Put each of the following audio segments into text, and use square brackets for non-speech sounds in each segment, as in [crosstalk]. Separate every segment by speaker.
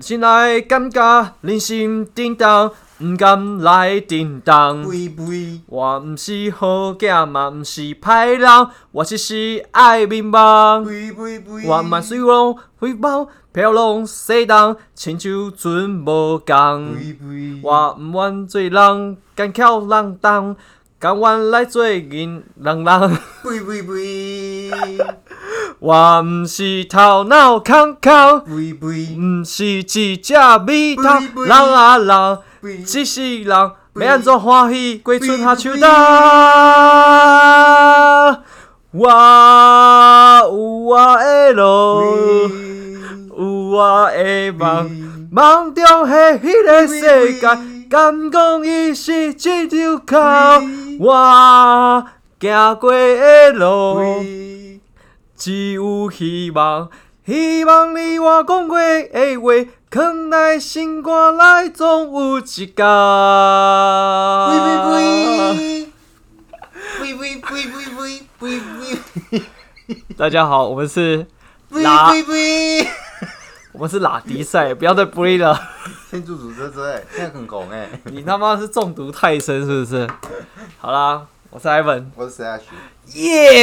Speaker 1: 心内感觉，人心叮当，毋甘来叮当。
Speaker 2: 肥肥，
Speaker 1: 我毋是好囝，嘛毋是歹人，我只是爱面梦。
Speaker 2: 肥肥肥，
Speaker 1: 我嘛水龙飞包，飘浪西东，亲像船无共。
Speaker 2: 肥肥，
Speaker 1: 我毋愿做人，干巧人当，甘愿来做人人人。
Speaker 2: 肥肥肥，
Speaker 1: 我毋是头脑空空，
Speaker 2: 肥肥
Speaker 1: 毋是一只米虫，
Speaker 2: 肥肥
Speaker 1: 人啊人，
Speaker 2: 肥，
Speaker 1: 一世人，要安怎欢喜过春夏秋冬？我有我的路，
Speaker 2: 肥
Speaker 1: 有我的梦。
Speaker 2: 肥
Speaker 1: 梦中的迄个世界
Speaker 2: 喂，
Speaker 1: 敢讲伊是一张口
Speaker 2: 喂？
Speaker 1: 我行过的路，
Speaker 2: 肥
Speaker 1: 只有希望。希望你我讲过的话，藏在心肝内，总有一天。
Speaker 2: 喂喂喂喂喂喂喂喂
Speaker 1: 大家好，我们是
Speaker 2: 喂
Speaker 1: 拉
Speaker 2: 喂喂！
Speaker 1: 我们是拉迪赛，不要再 b 了。
Speaker 2: 天柱主这这哎，现在很红哎。
Speaker 1: 你他妈是中毒太深是不是？好啦，我是 Ivan，
Speaker 2: 我是 Ash，
Speaker 1: 耶！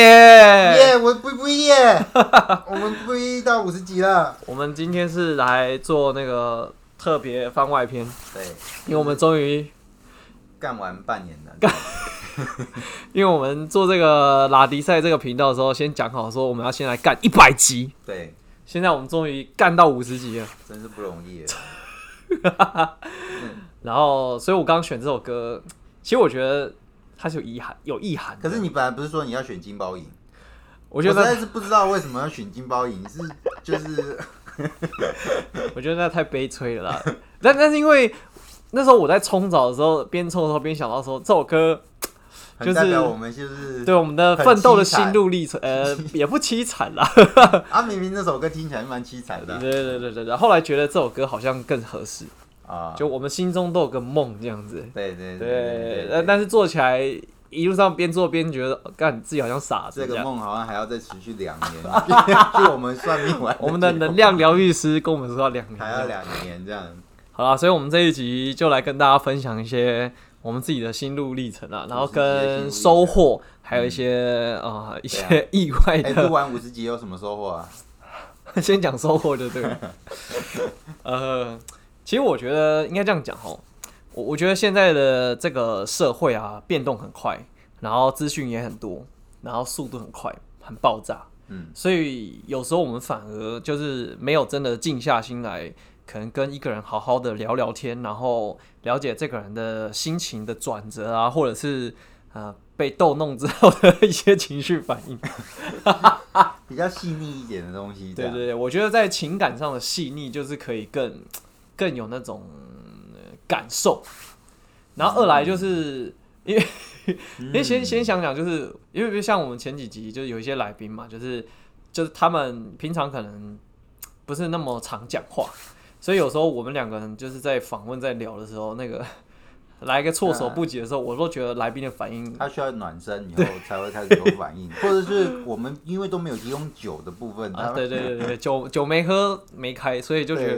Speaker 2: 耶，我不不耶，我们不一到五十级了。
Speaker 1: 我们今天是来做那个特别番外篇，
Speaker 2: 对，
Speaker 1: 因为我们终于，
Speaker 2: 干完半年了。
Speaker 1: 因为我们做这个拉迪赛这个频道的时候，先讲好说我们要先来干一百集，
Speaker 2: 对，
Speaker 1: 现在我们终于干到五十集了。
Speaker 2: 真是不容易耶。
Speaker 1: 然后，所以我刚刚选这首歌，其实我觉得它是有遗憾，有意涵的。
Speaker 2: 可是你本来不是说你要选金包银？
Speaker 1: 我
Speaker 2: 我
Speaker 1: 觉
Speaker 2: 实
Speaker 1: 得
Speaker 2: 在是不知道为什么要选金包银，是就是 [laughs]
Speaker 1: 那，我觉得那太悲催了啦。 [laughs] 但但是因为那时候我在冲澡的时候，边冲的时候边想到说这首歌就是
Speaker 2: 很代表我们就是
Speaker 1: 对我们的
Speaker 2: 很
Speaker 1: 奋斗的
Speaker 2: 凄惨
Speaker 1: 心路历
Speaker 2: [laughs]
Speaker 1: 程，呃，也不凄惨啦。
Speaker 2: 啊，明明那首歌听起来蛮凄惨的
Speaker 1: 对对对对对对，后来觉得这首歌好像更合适，
Speaker 2: 啊。
Speaker 1: 就我们心中都有个梦这样子。
Speaker 2: 对对
Speaker 1: 对，
Speaker 2: 对
Speaker 1: 但但是做起来一路上边做边觉得，哦干自己好像傻子
Speaker 2: 这
Speaker 1: 这
Speaker 2: 个
Speaker 1: 样。
Speaker 2: 梦好像还要再持续两
Speaker 1: [laughs]
Speaker 2: 年，就我们算命完，
Speaker 1: 我们的能量疗愈师跟我们说要两年，
Speaker 2: 还要两年这
Speaker 1: [laughs]
Speaker 2: 样。
Speaker 1: 好啦，所以我们这一集就来跟大家分享一些我们自己的心路历程啊，然后跟收获，还有一些啊、呃一
Speaker 2: 对
Speaker 1: 些意外
Speaker 2: 哎，
Speaker 1: 的。
Speaker 2: 录完五十集有什么收获啊？
Speaker 1: [laughs] 先讲收获就对了。呃，其实我觉得应该这样讲吼，我我觉得现在的这个社会啊，变动很快，然后资讯也很多，然后速度很快，很爆炸。
Speaker 2: 嗯，
Speaker 1: 所以有时候我们反而就是没有真的静下心来，可能跟一个人好好的聊聊天，然后了解这个人的心情的转折啊，或者是呃被逗弄之后的一些情绪反应。
Speaker 2: 比较细腻一点的东西，这
Speaker 1: 对
Speaker 2: 样
Speaker 1: 对对，我觉得在情感上的细腻，就是可以更更有那种呃感受。然后二来就是因为， [laughs] 因为
Speaker 2: 嗯
Speaker 1: 先先想想，就是因为像我们前几集就是有一些来宾嘛，就是就是他们平常可能不是那么常讲话，所以有时候我们两个人就是在访问在聊的时候，那个来个措
Speaker 2: 嗯
Speaker 1: 手不及的时候，我都觉得来宾的反应
Speaker 2: 它需要暖身以后才会开始有反应，或者是我们因为都没有提供酒的部分，
Speaker 1: 啊，
Speaker 2: 它
Speaker 1: 对对对对，酒酒没喝没开，所以就觉
Speaker 2: 对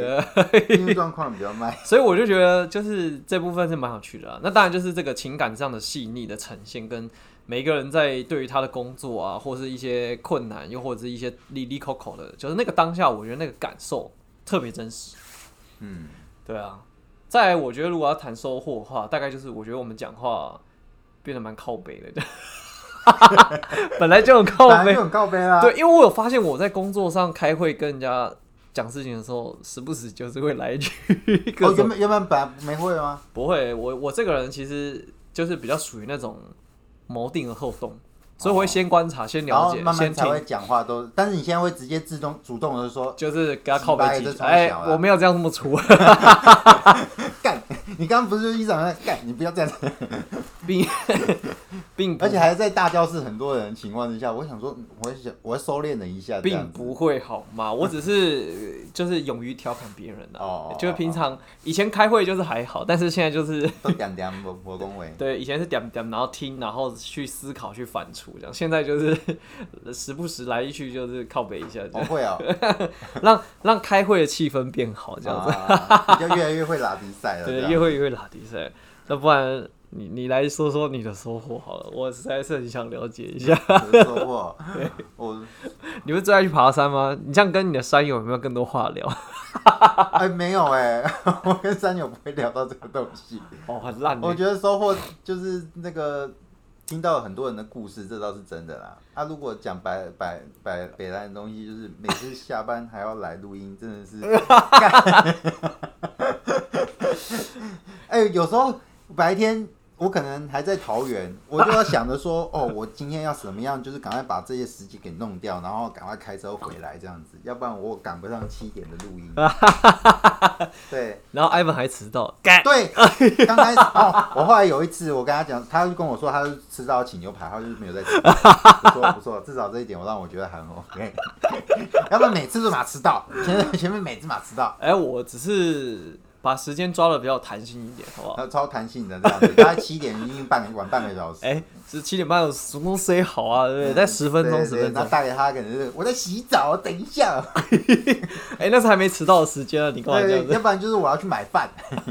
Speaker 1: 得。
Speaker 2: 进入状况比较慢。
Speaker 1: 所以我就觉得，就是这部分是蛮有趣的、啊。那当然就是这个情感上的细腻的呈现，跟每一个人在对于他的工作啊，或是一些困难，又或者是一些利利口口的，就是那个当下，我觉得那个感受特别真实。 [laughs]
Speaker 2: 嗯，
Speaker 1: 对啊，再来我觉得如果要谈收获的话，大概就是我觉得我们讲话变得蛮靠北的， [laughs] 本来就很靠
Speaker 2: 本来
Speaker 1: 北
Speaker 2: 就。很告啊白啦。
Speaker 1: 对，因为我有发现我在工作上开会跟人家讲事情的时候，时不时就是会来一句 [laughs] 各
Speaker 2: 哦，
Speaker 1: 种
Speaker 2: 原本原本本来没会吗？
Speaker 1: 不会，我我这个人其实就是比较属于那种谋定而后动，所以我会先观察、先
Speaker 2: 然
Speaker 1: 了
Speaker 2: 后
Speaker 1: 解、
Speaker 2: 哦慢慢
Speaker 1: 先
Speaker 2: 才会
Speaker 1: 听，
Speaker 2: 讲话都，但是你现在会直接自动主动的说，
Speaker 1: 就是给他靠
Speaker 2: 洗白
Speaker 1: 背几
Speaker 2: 这
Speaker 1: 句。
Speaker 2: 超
Speaker 1: 哎、
Speaker 2: 小啊
Speaker 1: 我没有这样这么粗，
Speaker 2: 干，你刚刚不是一直在那干，你不要这样子。
Speaker 1: 并 [laughs] 并不
Speaker 2: [laughs] 而且还在大教室很多人情况之下，我想说，嗯我想我要收敛了一下，这样
Speaker 1: 并
Speaker 2: 子
Speaker 1: 不会好吗？我只是就是勇于调侃别人啊
Speaker 2: 哦，
Speaker 1: 就是平常以前开会就是还好，但是现在就是。
Speaker 2: 都点点我我恭维
Speaker 1: 对，以前是点点，然后听，然后去思考去反刍这样，现在就是 [laughs] 时不时来一句就是靠北一下，这
Speaker 2: 我
Speaker 1: 样
Speaker 2: 会哦，
Speaker 1: 让让开会的气氛变好这样子。
Speaker 2: 啊，你就越来越会拉比赛了。这
Speaker 1: 对，
Speaker 2: 样
Speaker 1: 越会越会拉低赛。那不然你你来说说你的收获好了，我实在是很想了解一下。 [laughs]
Speaker 2: 我的收获，我
Speaker 1: 你们最爱去爬山吗？你这样跟你的山友有没有更多话聊？
Speaker 2: 哎没有哎， [laughs] 我跟三友不会聊到这个东西。
Speaker 1: 哦，很烂欸。
Speaker 2: 我觉得收获就是那个听到很多人的故事，这倒是真的啦。啊，如果讲白白白北兰的东西，就是每次下班还要来录音，真的是干， [laughs] 哎、有时候白天。我可能还在桃园，我就要想着说，哦，我今天要怎么样，就是赶快把这些时间给弄掉，然后赶快开车回来这样子，要不然我赶不上七点的录音。 [laughs] 对，
Speaker 1: 然后艾文还迟到，干
Speaker 2: 对，刚开始哦，我后来有一次，我跟他讲，他就跟我说，他就吃到请牛排，他就是没有在吃。 [laughs] 不错不错，至少这一点我让我觉得很 OK。要不然每次都马迟到， [laughs] 前面前面每次马迟到，
Speaker 1: 哎、我只是把时间抓的比较弹性一点，好不好？
Speaker 2: 他超弹性的这样子，大概七点已经半个晚半个小时。
Speaker 1: 哎、是七点半有什么东西好啊？对不对？在十分钟、
Speaker 2: 嗯对
Speaker 1: 十
Speaker 2: 对
Speaker 1: 分
Speaker 2: 那
Speaker 1: 钟，
Speaker 2: 带给他可能是我在洗澡，等一下。
Speaker 1: 哎、那是还没迟到的时间啊！你干嘛这样
Speaker 2: 对，
Speaker 1: 子？
Speaker 2: 要不然就是我要去买饭， [laughs]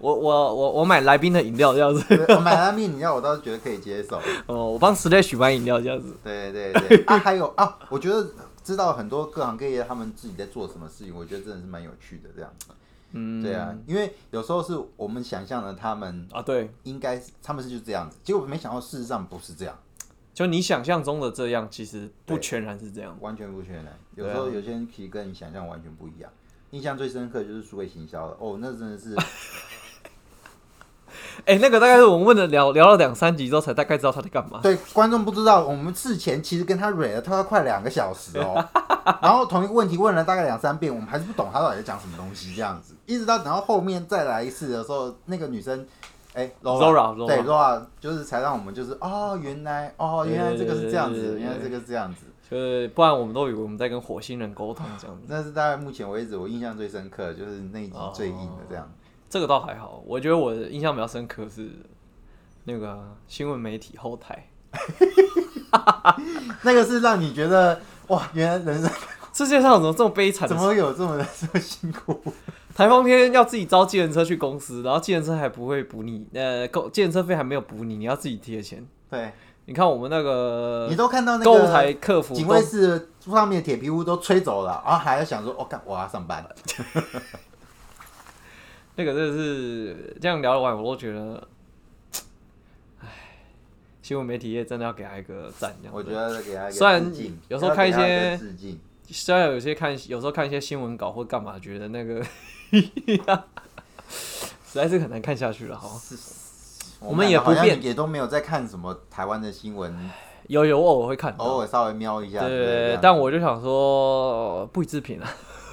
Speaker 1: 我我我我买来宾的饮料这样子， [laughs]
Speaker 2: 对我买拉面，你要我倒是觉得可以接受。
Speaker 1: 哦，我帮 Slash 买饮料这样子。
Speaker 2: 对对对，啊，还有啊，我觉得知道很多各行各业他们自己在做什么事情，我觉得真的是蛮有趣的这样。
Speaker 1: 嗯，
Speaker 2: 对啊，因为有时候是我们想象的他们
Speaker 1: 啊，对，
Speaker 2: 应该是他们是就这样子，结果没想到事实上不是这样，
Speaker 1: 就你想象中的这样，其实不
Speaker 2: 对
Speaker 1: 全然是这样。
Speaker 2: 完全不全然。有
Speaker 1: 对啊
Speaker 2: 时候有些人其实跟你想象完全不一样。印象最深刻就是数位行销了，哦，那真的是
Speaker 1: 哎、那个大概是我们问了聊聊了两三集之后，才大概知道他在干嘛。
Speaker 2: 对观众不知道，我们事前其实跟他蕊了他快两个小
Speaker 1: [laughs]
Speaker 2: 时哦，然后同一个问题问了大概两三遍，我们还是不懂他到底在讲什么东西，这样子，一直到等到后面再来一次的时候，那个女生，哎
Speaker 1: Zora，Zora
Speaker 2: 对 Zora，就是才让我们就是哦，原来哦，原来这个是这样子，
Speaker 1: 对
Speaker 2: 原来这个是这样子，
Speaker 1: 就是不然我们都以为我们在跟火星人沟通这样子，
Speaker 2: 那是大概目前为止我印象最深刻的，就是那一
Speaker 1: 哦
Speaker 2: 集最硬的这样。
Speaker 1: 这个倒还好。我觉得我的印象比较深刻是那个新闻媒体后台，
Speaker 2: 那个是让你觉得哇，原来人生
Speaker 1: 世界上怎么这么悲惨的
Speaker 2: 怎
Speaker 1: 事？
Speaker 2: 么会有这么这么辛苦？
Speaker 1: 台风天要自己招计程车去公司，然后计程车还不会补你，呃，购计程车费还没有补你，你要自己贴钱。
Speaker 2: 对，
Speaker 1: 你看我们那个
Speaker 2: 你都看到那个
Speaker 1: 呃购物台客服
Speaker 2: 警
Speaker 1: 都
Speaker 2: 卫室上面的铁皮屋都吹走了，然后还要想说，我、哦、干我要上班，
Speaker 1: 那个真的是这样聊完，我都觉得，唉，新闻媒体业真的要给他一个赞。这样子
Speaker 2: 我觉得给他一
Speaker 1: 虽
Speaker 2: 个
Speaker 1: 然
Speaker 2: 致敬，
Speaker 1: 有时候看一些
Speaker 2: 要给他个致敬，
Speaker 1: 虽然有些看，有时候看一些新闻稿或干嘛，觉得那个 [laughs] 实在是很难看下去了。好，
Speaker 2: 是是
Speaker 1: 我们也不
Speaker 2: 好像
Speaker 1: 变
Speaker 2: 也都没有在看什么台湾的新闻，
Speaker 1: 有有偶尔会看
Speaker 2: 偶
Speaker 1: 到，
Speaker 2: 尔稍微瞄一下，
Speaker 1: 对
Speaker 2: 对这样
Speaker 1: 但我就想说，不予置评啊，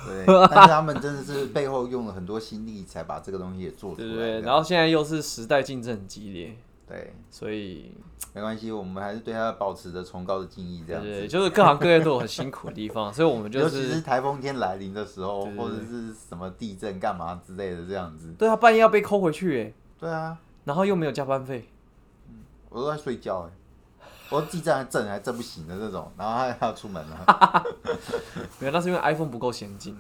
Speaker 2: 对，
Speaker 1: [laughs]
Speaker 2: 但是他们真的是背后用了很多心力才把这个东西也做出
Speaker 1: 对
Speaker 2: 来，
Speaker 1: 不对？
Speaker 2: 这
Speaker 1: 然
Speaker 2: 样
Speaker 1: 后现在又是时代竞争很激烈，
Speaker 2: 对，
Speaker 1: 所以
Speaker 2: 没关系，我们还是对他保持着崇高的敬意，这
Speaker 1: 对
Speaker 2: 样
Speaker 1: 对，
Speaker 2: 子。
Speaker 1: 就是各行各业都有很辛苦的地方，所以我们就
Speaker 2: 尤其是
Speaker 1: 是
Speaker 2: 台风天来临的时候，
Speaker 1: 对对
Speaker 2: 或者
Speaker 1: 对
Speaker 2: 是什么地震干嘛之类的，这样子。
Speaker 1: 对他啊半夜要被扣回去，哎，
Speaker 2: 对啊，
Speaker 1: 然后又没有加班费。
Speaker 2: 我都在睡觉哎、我自己站还震还震不醒的那种，然后还还要出门了 [laughs]
Speaker 1: 没有，那是因为 iPhone 不够先进。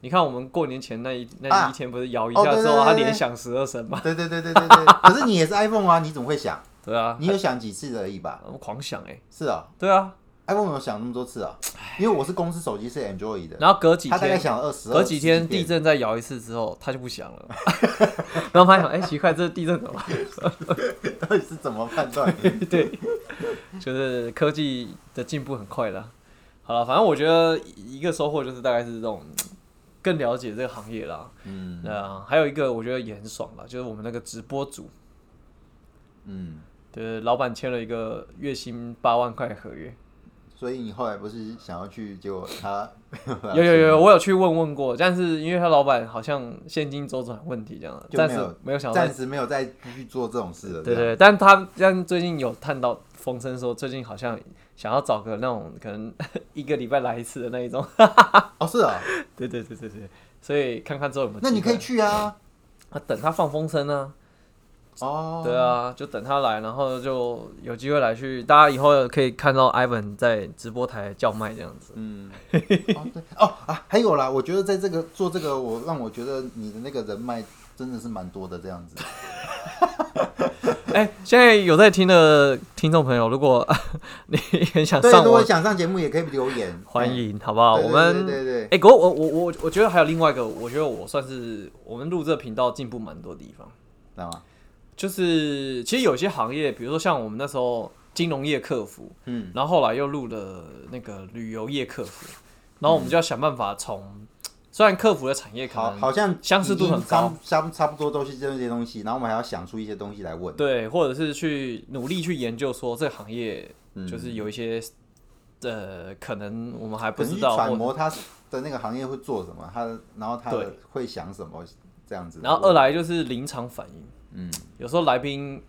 Speaker 1: 你看我们过年前那一那
Speaker 2: 啊
Speaker 1: 一天不是摇一
Speaker 2: 哦
Speaker 1: 下
Speaker 2: 对
Speaker 1: 之
Speaker 2: 对
Speaker 1: 后，
Speaker 2: 对
Speaker 1: 它
Speaker 2: 对
Speaker 1: 连响十二声嘛？
Speaker 2: 对对对对对对，可是你也是 iPhone 啊，你怎么会响？
Speaker 1: 对啊，
Speaker 2: 你有响几次而已吧？
Speaker 1: 我狂响哎、
Speaker 2: 是啊、
Speaker 1: 对啊，
Speaker 2: iPhone 有响那么多次啊、因为我是公司手机是 Android 的，
Speaker 1: 然后隔几
Speaker 2: 它大概
Speaker 1: 天
Speaker 2: 响了二十，
Speaker 1: 隔几天
Speaker 2: 20
Speaker 1: 地
Speaker 2: 遍
Speaker 1: 震再摇一次之后，它就不响了。 [laughs] 然后发现哎、奇怪，这地震怎么了？
Speaker 2: [laughs] 到底是怎么判断？ [laughs]
Speaker 1: 对，就是科技的进步很快啦。好了，反正我觉得一个收获就是大概是这种更了解这个行业啦。
Speaker 2: 嗯
Speaker 1: 对啊，还有一个我觉得也很爽啦，就是我们那个直播组，
Speaker 2: 嗯，
Speaker 1: 就是老板签了一个月薪八万块合约。
Speaker 2: 所以你后来不是想要去，结果他
Speaker 1: 有有有，我有去问问过，但是因为他老板好像现金周转问题这样，
Speaker 2: 就
Speaker 1: 暂
Speaker 2: 没
Speaker 1: 时
Speaker 2: 有
Speaker 1: 没有想到
Speaker 2: 暂。时没有再继续做这种事了。
Speaker 1: 对
Speaker 2: 这样，
Speaker 1: 对，但他但最近有探到风声说，最近好像想要找个那种可能 [laughs] 一个礼拜来一次的那一种。 [laughs]
Speaker 2: 哦是啊，
Speaker 1: 对对对对对，所以看看之后有没有机
Speaker 2: 那
Speaker 1: 会。
Speaker 2: 你可以去啊。
Speaker 1: 啊等他放风声啊。
Speaker 2: 哦，
Speaker 1: 对啊，就等他来，然后就有机会来去，大家以后可以看到 Ivan 在直播台叫卖这样子。
Speaker 2: 嗯，哦对哦啊，还有啦，我觉得在这个做这个，我让我觉得你的那个人脉真的是蛮多的，这样
Speaker 1: [laughs]
Speaker 2: 子。
Speaker 1: 哎、现在有在听的听众朋友，如果 [laughs] 你很想
Speaker 2: 对，
Speaker 1: 上
Speaker 2: 如果
Speaker 1: 我，
Speaker 2: 想上节目也可以留言，
Speaker 1: [laughs] 欢
Speaker 2: 嗯。
Speaker 1: 迎好不好？
Speaker 2: 对
Speaker 1: 我
Speaker 2: 对对
Speaker 1: 们
Speaker 2: 对对
Speaker 1: 哎，不过我我我我觉得还有另外一个，我觉得我算是我们录这个频道进步蛮多地方，
Speaker 2: 知道吗？
Speaker 1: 就是其实有些行业，比如说像我们那时候金融业客服，
Speaker 2: 嗯，
Speaker 1: 然后后来又录了那个旅游业客服，然后我们就要想办法从、虽然客服的产业可
Speaker 2: 好，
Speaker 1: 能
Speaker 2: 好像
Speaker 1: 嗯相似度很高
Speaker 2: 已经差不，差不差不多都是这些东西，然后我们还要想出一些东西来问。
Speaker 1: 对，或者是去努力去研究说这个行业
Speaker 2: 嗯
Speaker 1: 就是有一些、呃，可能我们还不
Speaker 2: 可能
Speaker 1: 知
Speaker 2: 去
Speaker 1: 道，
Speaker 2: 揣
Speaker 1: 或
Speaker 2: 摩他的那个行业会做什么，他的然后他的会想什么这样子。
Speaker 1: 然后二，来就是临场反应，
Speaker 2: 嗯，
Speaker 1: 有时候来宾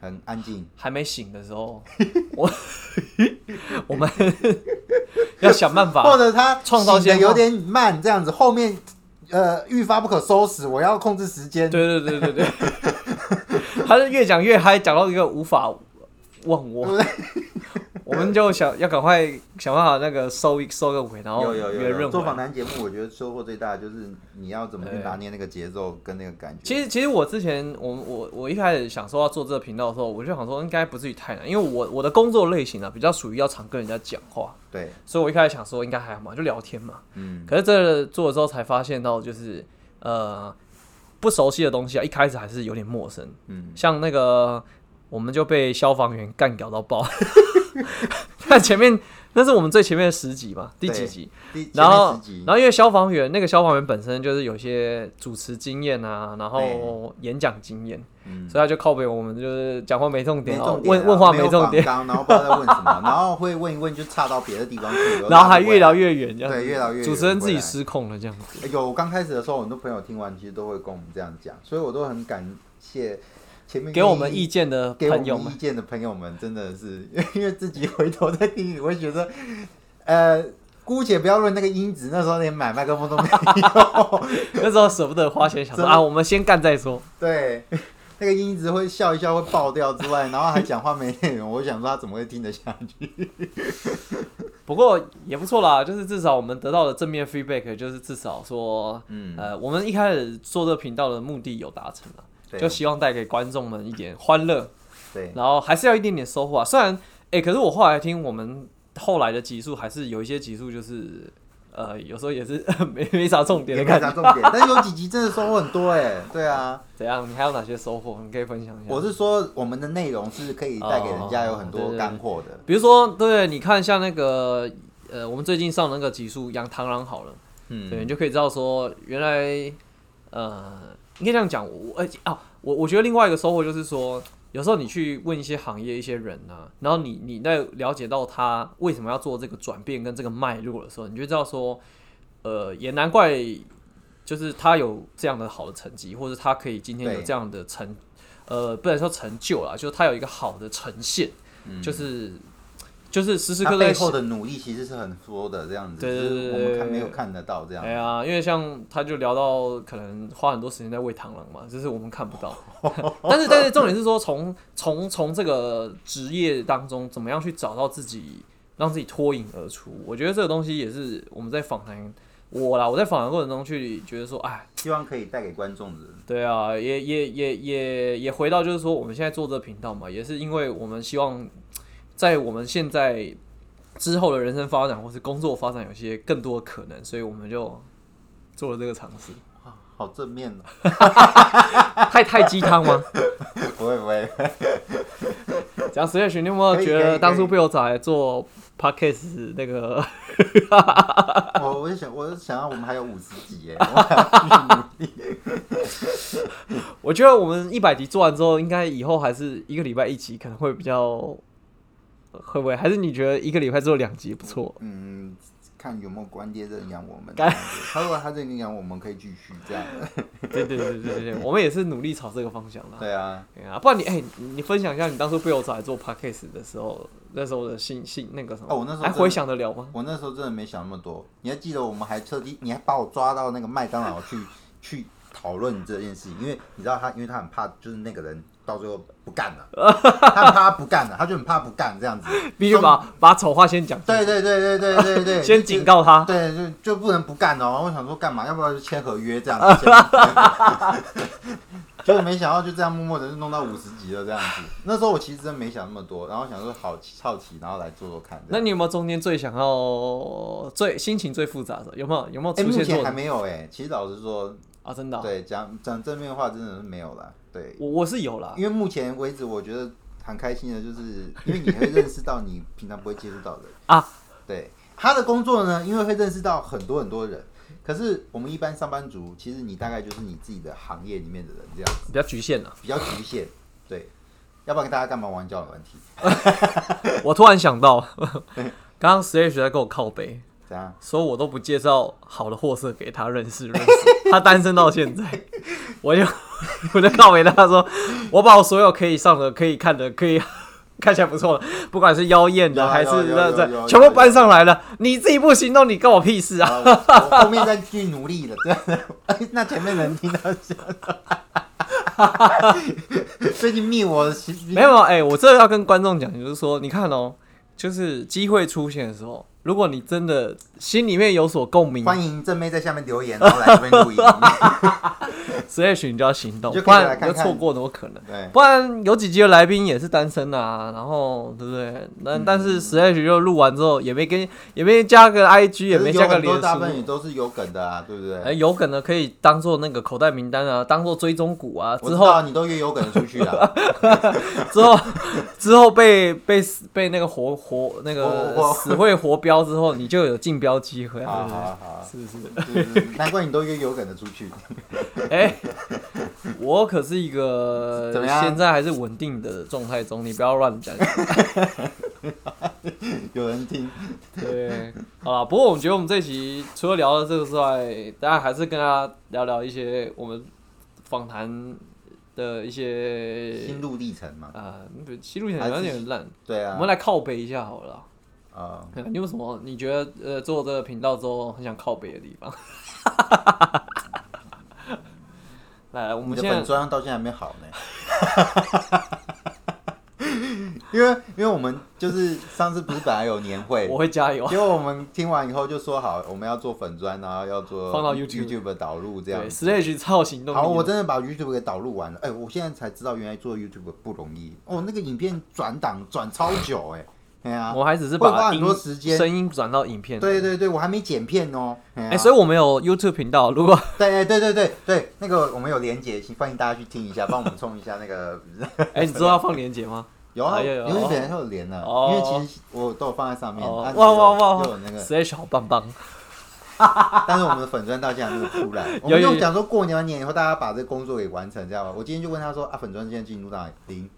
Speaker 2: 很安静，
Speaker 1: 还没醒的时候，我 [laughs] 我们要想办
Speaker 2: 或 [laughs]
Speaker 1: 法，
Speaker 2: 者他
Speaker 1: 创造
Speaker 2: 醒得
Speaker 1: 先
Speaker 2: 有
Speaker 1: 后
Speaker 2: 点慢这样子，后面呃愈发不可收拾，我要控制时间。
Speaker 1: 对对对对对，他是越讲越嗨，讲到一个无法忘
Speaker 2: [laughs]
Speaker 1: 我。我们就想要赶快想办法那个收一收个尾，然后
Speaker 2: 有有
Speaker 1: 圆
Speaker 2: 有
Speaker 1: 润
Speaker 2: 有，
Speaker 1: 回
Speaker 2: 做访
Speaker 1: 来。
Speaker 2: 谈节目，我觉得收获最大的就是你要怎么
Speaker 1: 哎
Speaker 2: 去拿捏那个节奏跟那个感觉。
Speaker 1: 其实，其实我之前，我我我一开始想说要做这个频道的时候，我就想说应该不至于太难，因为我我的工作类型啊，比较属于要常跟人家讲话，
Speaker 2: 对，
Speaker 1: 所以我一开始想说应该还好嘛，就聊天嘛。
Speaker 2: 嗯，
Speaker 1: 可是这做了之后才发现到，就是呃不熟悉的东西啊，一开始还是有点陌生。
Speaker 2: 嗯，
Speaker 1: 像那个我们就被消防员干掉到爆， [laughs] 看前面那是我们最前面的十集嘛，第几
Speaker 2: 对
Speaker 1: 集？
Speaker 2: 第前
Speaker 1: 然
Speaker 2: 面
Speaker 1: 后
Speaker 2: 十，集
Speaker 1: 然，后因为消防员那个消防员本身就是有一些主持经验啊，然后演讲经验，
Speaker 2: 嗯，
Speaker 1: 所以他就靠北我们就是讲话没重
Speaker 2: 没
Speaker 1: 点，
Speaker 2: 重点啊，
Speaker 1: 问问话
Speaker 2: 没有
Speaker 1: 重点，
Speaker 2: 访纲然后不知道在问
Speaker 1: [laughs]
Speaker 2: 什么，然后会问一问就岔到别的地方去，
Speaker 1: 然后还越聊越远，这样子
Speaker 2: 对越聊越远
Speaker 1: 主持人自
Speaker 2: 回
Speaker 1: 己
Speaker 2: 来哎
Speaker 1: 失控了这样子。
Speaker 2: 有，我刚开始的时候，很多朋友听完其实都会跟我们这样讲，所以我都很感谢前面
Speaker 1: 给我们
Speaker 2: 愿意
Speaker 1: 意见的
Speaker 2: 给我
Speaker 1: 朋友
Speaker 2: 们
Speaker 1: 们
Speaker 2: 意，见的朋友们，真的是 [laughs] 因为自己回头再听，你会觉得，呃，姑且不要论那个音质，那时候连买麦克风都
Speaker 1: [laughs]
Speaker 2: 没有，
Speaker 1: 那时候舍不得花钱，想说
Speaker 2: 真的
Speaker 1: 啊，我们先干再说。
Speaker 2: 对，那个音质会笑一笑会爆掉之外，然后还讲话没内容，我想说他怎么会听得下去？
Speaker 1: 不过也不错啦，就是至少我们得到了正面 feedback，就是至少说，
Speaker 2: 嗯
Speaker 1: 呃，我们一开始做这个频道的目的有达成了，
Speaker 2: 对啊
Speaker 1: 就希望带给观众们一点欢乐，
Speaker 2: 对，
Speaker 1: 然后还是要一点点收获啊。虽然，哎、可是我后来听我们后来的集数，还是有一些集数就是，呃，有时候也是 [laughs] 没没啥重点
Speaker 2: 也
Speaker 1: 的
Speaker 2: 没
Speaker 1: 感
Speaker 2: 啥
Speaker 1: 觉。
Speaker 2: 重点，但有几集真的收获很多哎、
Speaker 1: [laughs]
Speaker 2: 对啊。
Speaker 1: 怎样？你还有哪些收获？你可以分享一下。
Speaker 2: 我是说，我们的内容是可以带给人家有很
Speaker 1: 哦对对
Speaker 2: 多
Speaker 1: 对
Speaker 2: 干货的。
Speaker 1: 比如说，对，你看像那个，呃，我们最近上那个集数养螳螂好了。
Speaker 2: 嗯，
Speaker 1: 对，你就可以知道说，原来呃，应该这样讲，我而且啊，我我觉得另外一个收获就是说，有时候你去问一些行业一些人啊，然后你你在了解到他为什么要做这个转变跟这个脉络的时候，你就知道说，呃，也难怪，就是他有这样的好的成绩，或者他可以今天有
Speaker 2: 对
Speaker 1: 这样的成，呃，不能说成就啦，就是他有一个好的呈现，就是就是时时
Speaker 2: 嗯他
Speaker 1: 刻刻
Speaker 2: 背后的努力其实是很多的，这样子，
Speaker 1: 对对
Speaker 2: 只
Speaker 1: 对
Speaker 2: 是我
Speaker 1: 对
Speaker 2: 们
Speaker 1: 对
Speaker 2: 看没有
Speaker 1: 对
Speaker 2: 看得到这样
Speaker 1: 哎。呀，因为像他就聊到可能花很多时间在喂螳螂嘛，这是我们看不
Speaker 2: [laughs]
Speaker 1: 到。但是但是重点是说，从从从这个职业当中，怎么样去找到自己，让自己脱颖而出？我觉得这个东西也是我们在访谈我啦，我在访谈过程中去觉得说，哎，
Speaker 2: 希望可以带给观众的，
Speaker 1: 对啊，也也也也也回到就是说，我们现在做这个频道嘛，也是因为我们希望在我们现在之后的人生发展或是工作发展有些更多的可能，所以我们就做了这个尝试。
Speaker 2: 好正面
Speaker 1: [laughs]
Speaker 2: 哦。
Speaker 1: 太太鸡汤吗？
Speaker 2: 不会
Speaker 1: [laughs]
Speaker 2: 不会，
Speaker 1: 讲石月群，你有没有觉
Speaker 2: 可以可以可
Speaker 1: 得
Speaker 2: 以
Speaker 1: 当初被我找来做 podcast 那个？
Speaker 2: 我我就想，我就想要我们还有五十
Speaker 1: [laughs]
Speaker 2: 集耶，我们还要去努力
Speaker 1: 我觉得我们一百集做完之后，应该以后还是一个礼拜一集，可能会比较会不会？还是你觉得一个礼拜做两集不错？
Speaker 2: 嗯，看有没有关爹认养我们这
Speaker 1: 干
Speaker 2: 样子。他如果他认养我们，可以继续
Speaker 1: [laughs]
Speaker 2: 这样。
Speaker 1: 对对对对对，对我们也是努力朝这个方向啦。
Speaker 2: 对啊，
Speaker 1: 对啊，不然你哎、你你分享一下你当初被我找来做 podcast 的时候，那时候的心心那个什么？
Speaker 2: 哦我那时候
Speaker 1: 还
Speaker 2: 真的
Speaker 1: 回想得了吗？
Speaker 2: 我那时候真的没想那么多。你还记得我们还特地，你还把我抓到那个麦当劳去去讨论这件事情，因为你知道他，因为他很怕，就是那个人到最后不
Speaker 1: [laughs]
Speaker 2: 干了，他很怕他不干了，他就很怕不干这样子。
Speaker 1: 必须把把丑话先讲，
Speaker 2: 对对对对对
Speaker 1: [laughs]
Speaker 2: 对对，
Speaker 1: 先警告他。
Speaker 2: 对，就就不能不干哦。我想说干嘛？要不要就签合约这样子？签 [laughs] 就是没想到就这样默默的就弄到五十级了这样子。那时候我其实真没想那么多，然后想说好奇好奇，然后来做做看这
Speaker 1: 那
Speaker 2: 样。
Speaker 1: 你有没有中间最想要、最心情最复杂的？有没有有没有
Speaker 2: 哎、
Speaker 1: 出
Speaker 2: 目
Speaker 1: 现
Speaker 2: 前
Speaker 1: 过、
Speaker 2: 还没有哎、其实老实说，
Speaker 1: 啊？真的啊、
Speaker 2: 对讲讲正面话真的是没有啦。对，
Speaker 1: 我我是有啦，
Speaker 2: 因为目前为止我觉得很开心的，就是因为你会认识到你平常不会接触到的人
Speaker 1: 啊。
Speaker 2: 对，他的工作呢，因为会认识到很多很多人。可是我们一般上班族，其实你大概就是你自己的行业里面的人这样，
Speaker 1: 比较局限啦。
Speaker 2: 比较局限。对，要不然大家干嘛玩交友软体？
Speaker 1: 我突然想
Speaker 2: [laughs]
Speaker 1: 到，刚刚 Slash 在跟我靠背，
Speaker 2: 怎样？
Speaker 1: 说我都不介绍好的货色给他认识认识，他单身到现在， [laughs] 我就我就告回他说，我把我所有可以上的、可以看的、可以 [laughs] 看起来不错的，不管是妖艳的
Speaker 2: 有啊
Speaker 1: 还是
Speaker 2: 有有
Speaker 1: 那
Speaker 2: 有有
Speaker 1: 这，
Speaker 2: 有啊
Speaker 1: 全部搬上来了。你自己不行动，你关我屁事啊！
Speaker 2: 好了我我后面再去努力了， [laughs] 这样子。哎那前面能听到这样。最近密我的心
Speaker 1: 没有，哎、我这要跟观众讲，就是说，你看哦，就是机会出现的时候，如果你真的心里面有所共鸣
Speaker 2: 欢迎正妹在下面留言，然后来这边录音。
Speaker 1: ，Slash 你就要行动，
Speaker 2: 你就
Speaker 1: 不
Speaker 2: 可以来
Speaker 1: 然你
Speaker 2: 看
Speaker 1: 就
Speaker 2: 看
Speaker 1: 错过多可能。
Speaker 2: 对，
Speaker 1: 不然有几集的来宾也是单身啊，然后对不对？
Speaker 2: 嗯
Speaker 1: 那、但是 Slash 就录完之后也没跟也没加个 IG，也没
Speaker 2: 可是
Speaker 1: 加
Speaker 2: 有
Speaker 1: 个
Speaker 2: 很
Speaker 1: 脸
Speaker 2: 多大部分
Speaker 1: 书
Speaker 2: 也。都是有梗的啊，对不对？ [laughs]
Speaker 1: 哎，有可能可以当做那个口袋名单啊，当做追踪股啊。
Speaker 2: 我
Speaker 1: 之
Speaker 2: 知
Speaker 1: 后
Speaker 2: 道你都约有梗出去了， [laughs]
Speaker 1: 之后之后被被被那个活活那
Speaker 2: 活
Speaker 1: 个
Speaker 2: 活
Speaker 1: 死会活标之后，你就有竞标机会
Speaker 2: 好好
Speaker 1: 啊，
Speaker 2: 好好，
Speaker 1: 是不是？
Speaker 2: 就是嗯难怪你都约有梗的出去。 [laughs]
Speaker 1: 哎，我可是一个
Speaker 2: 怎么样
Speaker 1: 现在还是稳定的状态中，你不要乱讲。
Speaker 2: 有人听，
Speaker 1: 对，好了，不过我们觉得我们这集除了聊了这个之外，当然还是跟大家聊聊一些我们访谈的一些
Speaker 2: 心路历程嘛，
Speaker 1: 啊，不记录起来有点烂，
Speaker 2: 对啊
Speaker 1: 我，们来靠北一下好了啦。
Speaker 2: 啊，
Speaker 1: 你有什么你觉得呃做这个频道之后很想靠北的地方？ [laughs] 来，我
Speaker 2: 你
Speaker 1: 们
Speaker 2: 的
Speaker 1: 现
Speaker 2: 粉
Speaker 1: 在
Speaker 2: 砖到现在还没好呢。 [laughs] 因为因为我们就是上次不是本来有年会
Speaker 1: 我，会加油，
Speaker 2: 结果我们听完以后就说好，我们要做粉砖，然后要做
Speaker 1: 放到 YouTube
Speaker 2: YouTube 的导入这样
Speaker 1: 对。，Slash 超有行动力的。
Speaker 2: 好，我真的把 YouTube 给导入完了。哎、我现在才知道原来做 YouTube 不容易哦，那个影片转档转超久哎、哎呀、
Speaker 1: 我还只是
Speaker 2: 会花
Speaker 1: 把
Speaker 2: 很
Speaker 1: 音
Speaker 2: 多时间
Speaker 1: 声音转到影片。
Speaker 2: 对对对，我还没剪片哦。哎呀、
Speaker 1: 哎，所以我们有 YouTube 频道，如果
Speaker 2: 对对对对对，那个我们有连接，请欢迎大家去听一下，帮我们冲一下那
Speaker 1: [laughs]
Speaker 2: 个。
Speaker 1: 哎、你知道要放链接吗？
Speaker 2: 有啊，
Speaker 1: 哎有有
Speaker 2: 因为本来就有连了，
Speaker 1: 哦
Speaker 2: 因为其实我都有放在上面。
Speaker 1: 哦
Speaker 2: 啊，
Speaker 1: 哇哇哇哇
Speaker 2: 又有那个，
Speaker 1: ！Slash 好棒棒，
Speaker 2: 但是我们的粉砖到现在还没有
Speaker 1: [laughs]
Speaker 2: 出来。我
Speaker 1: 有
Speaker 2: 们
Speaker 1: 有
Speaker 2: 就讲说过年完年以后，大家把这个工作给完成，知道吧？我今天就问他说啊，粉砖现在进入到哪里
Speaker 1: [laughs]
Speaker 2: 零？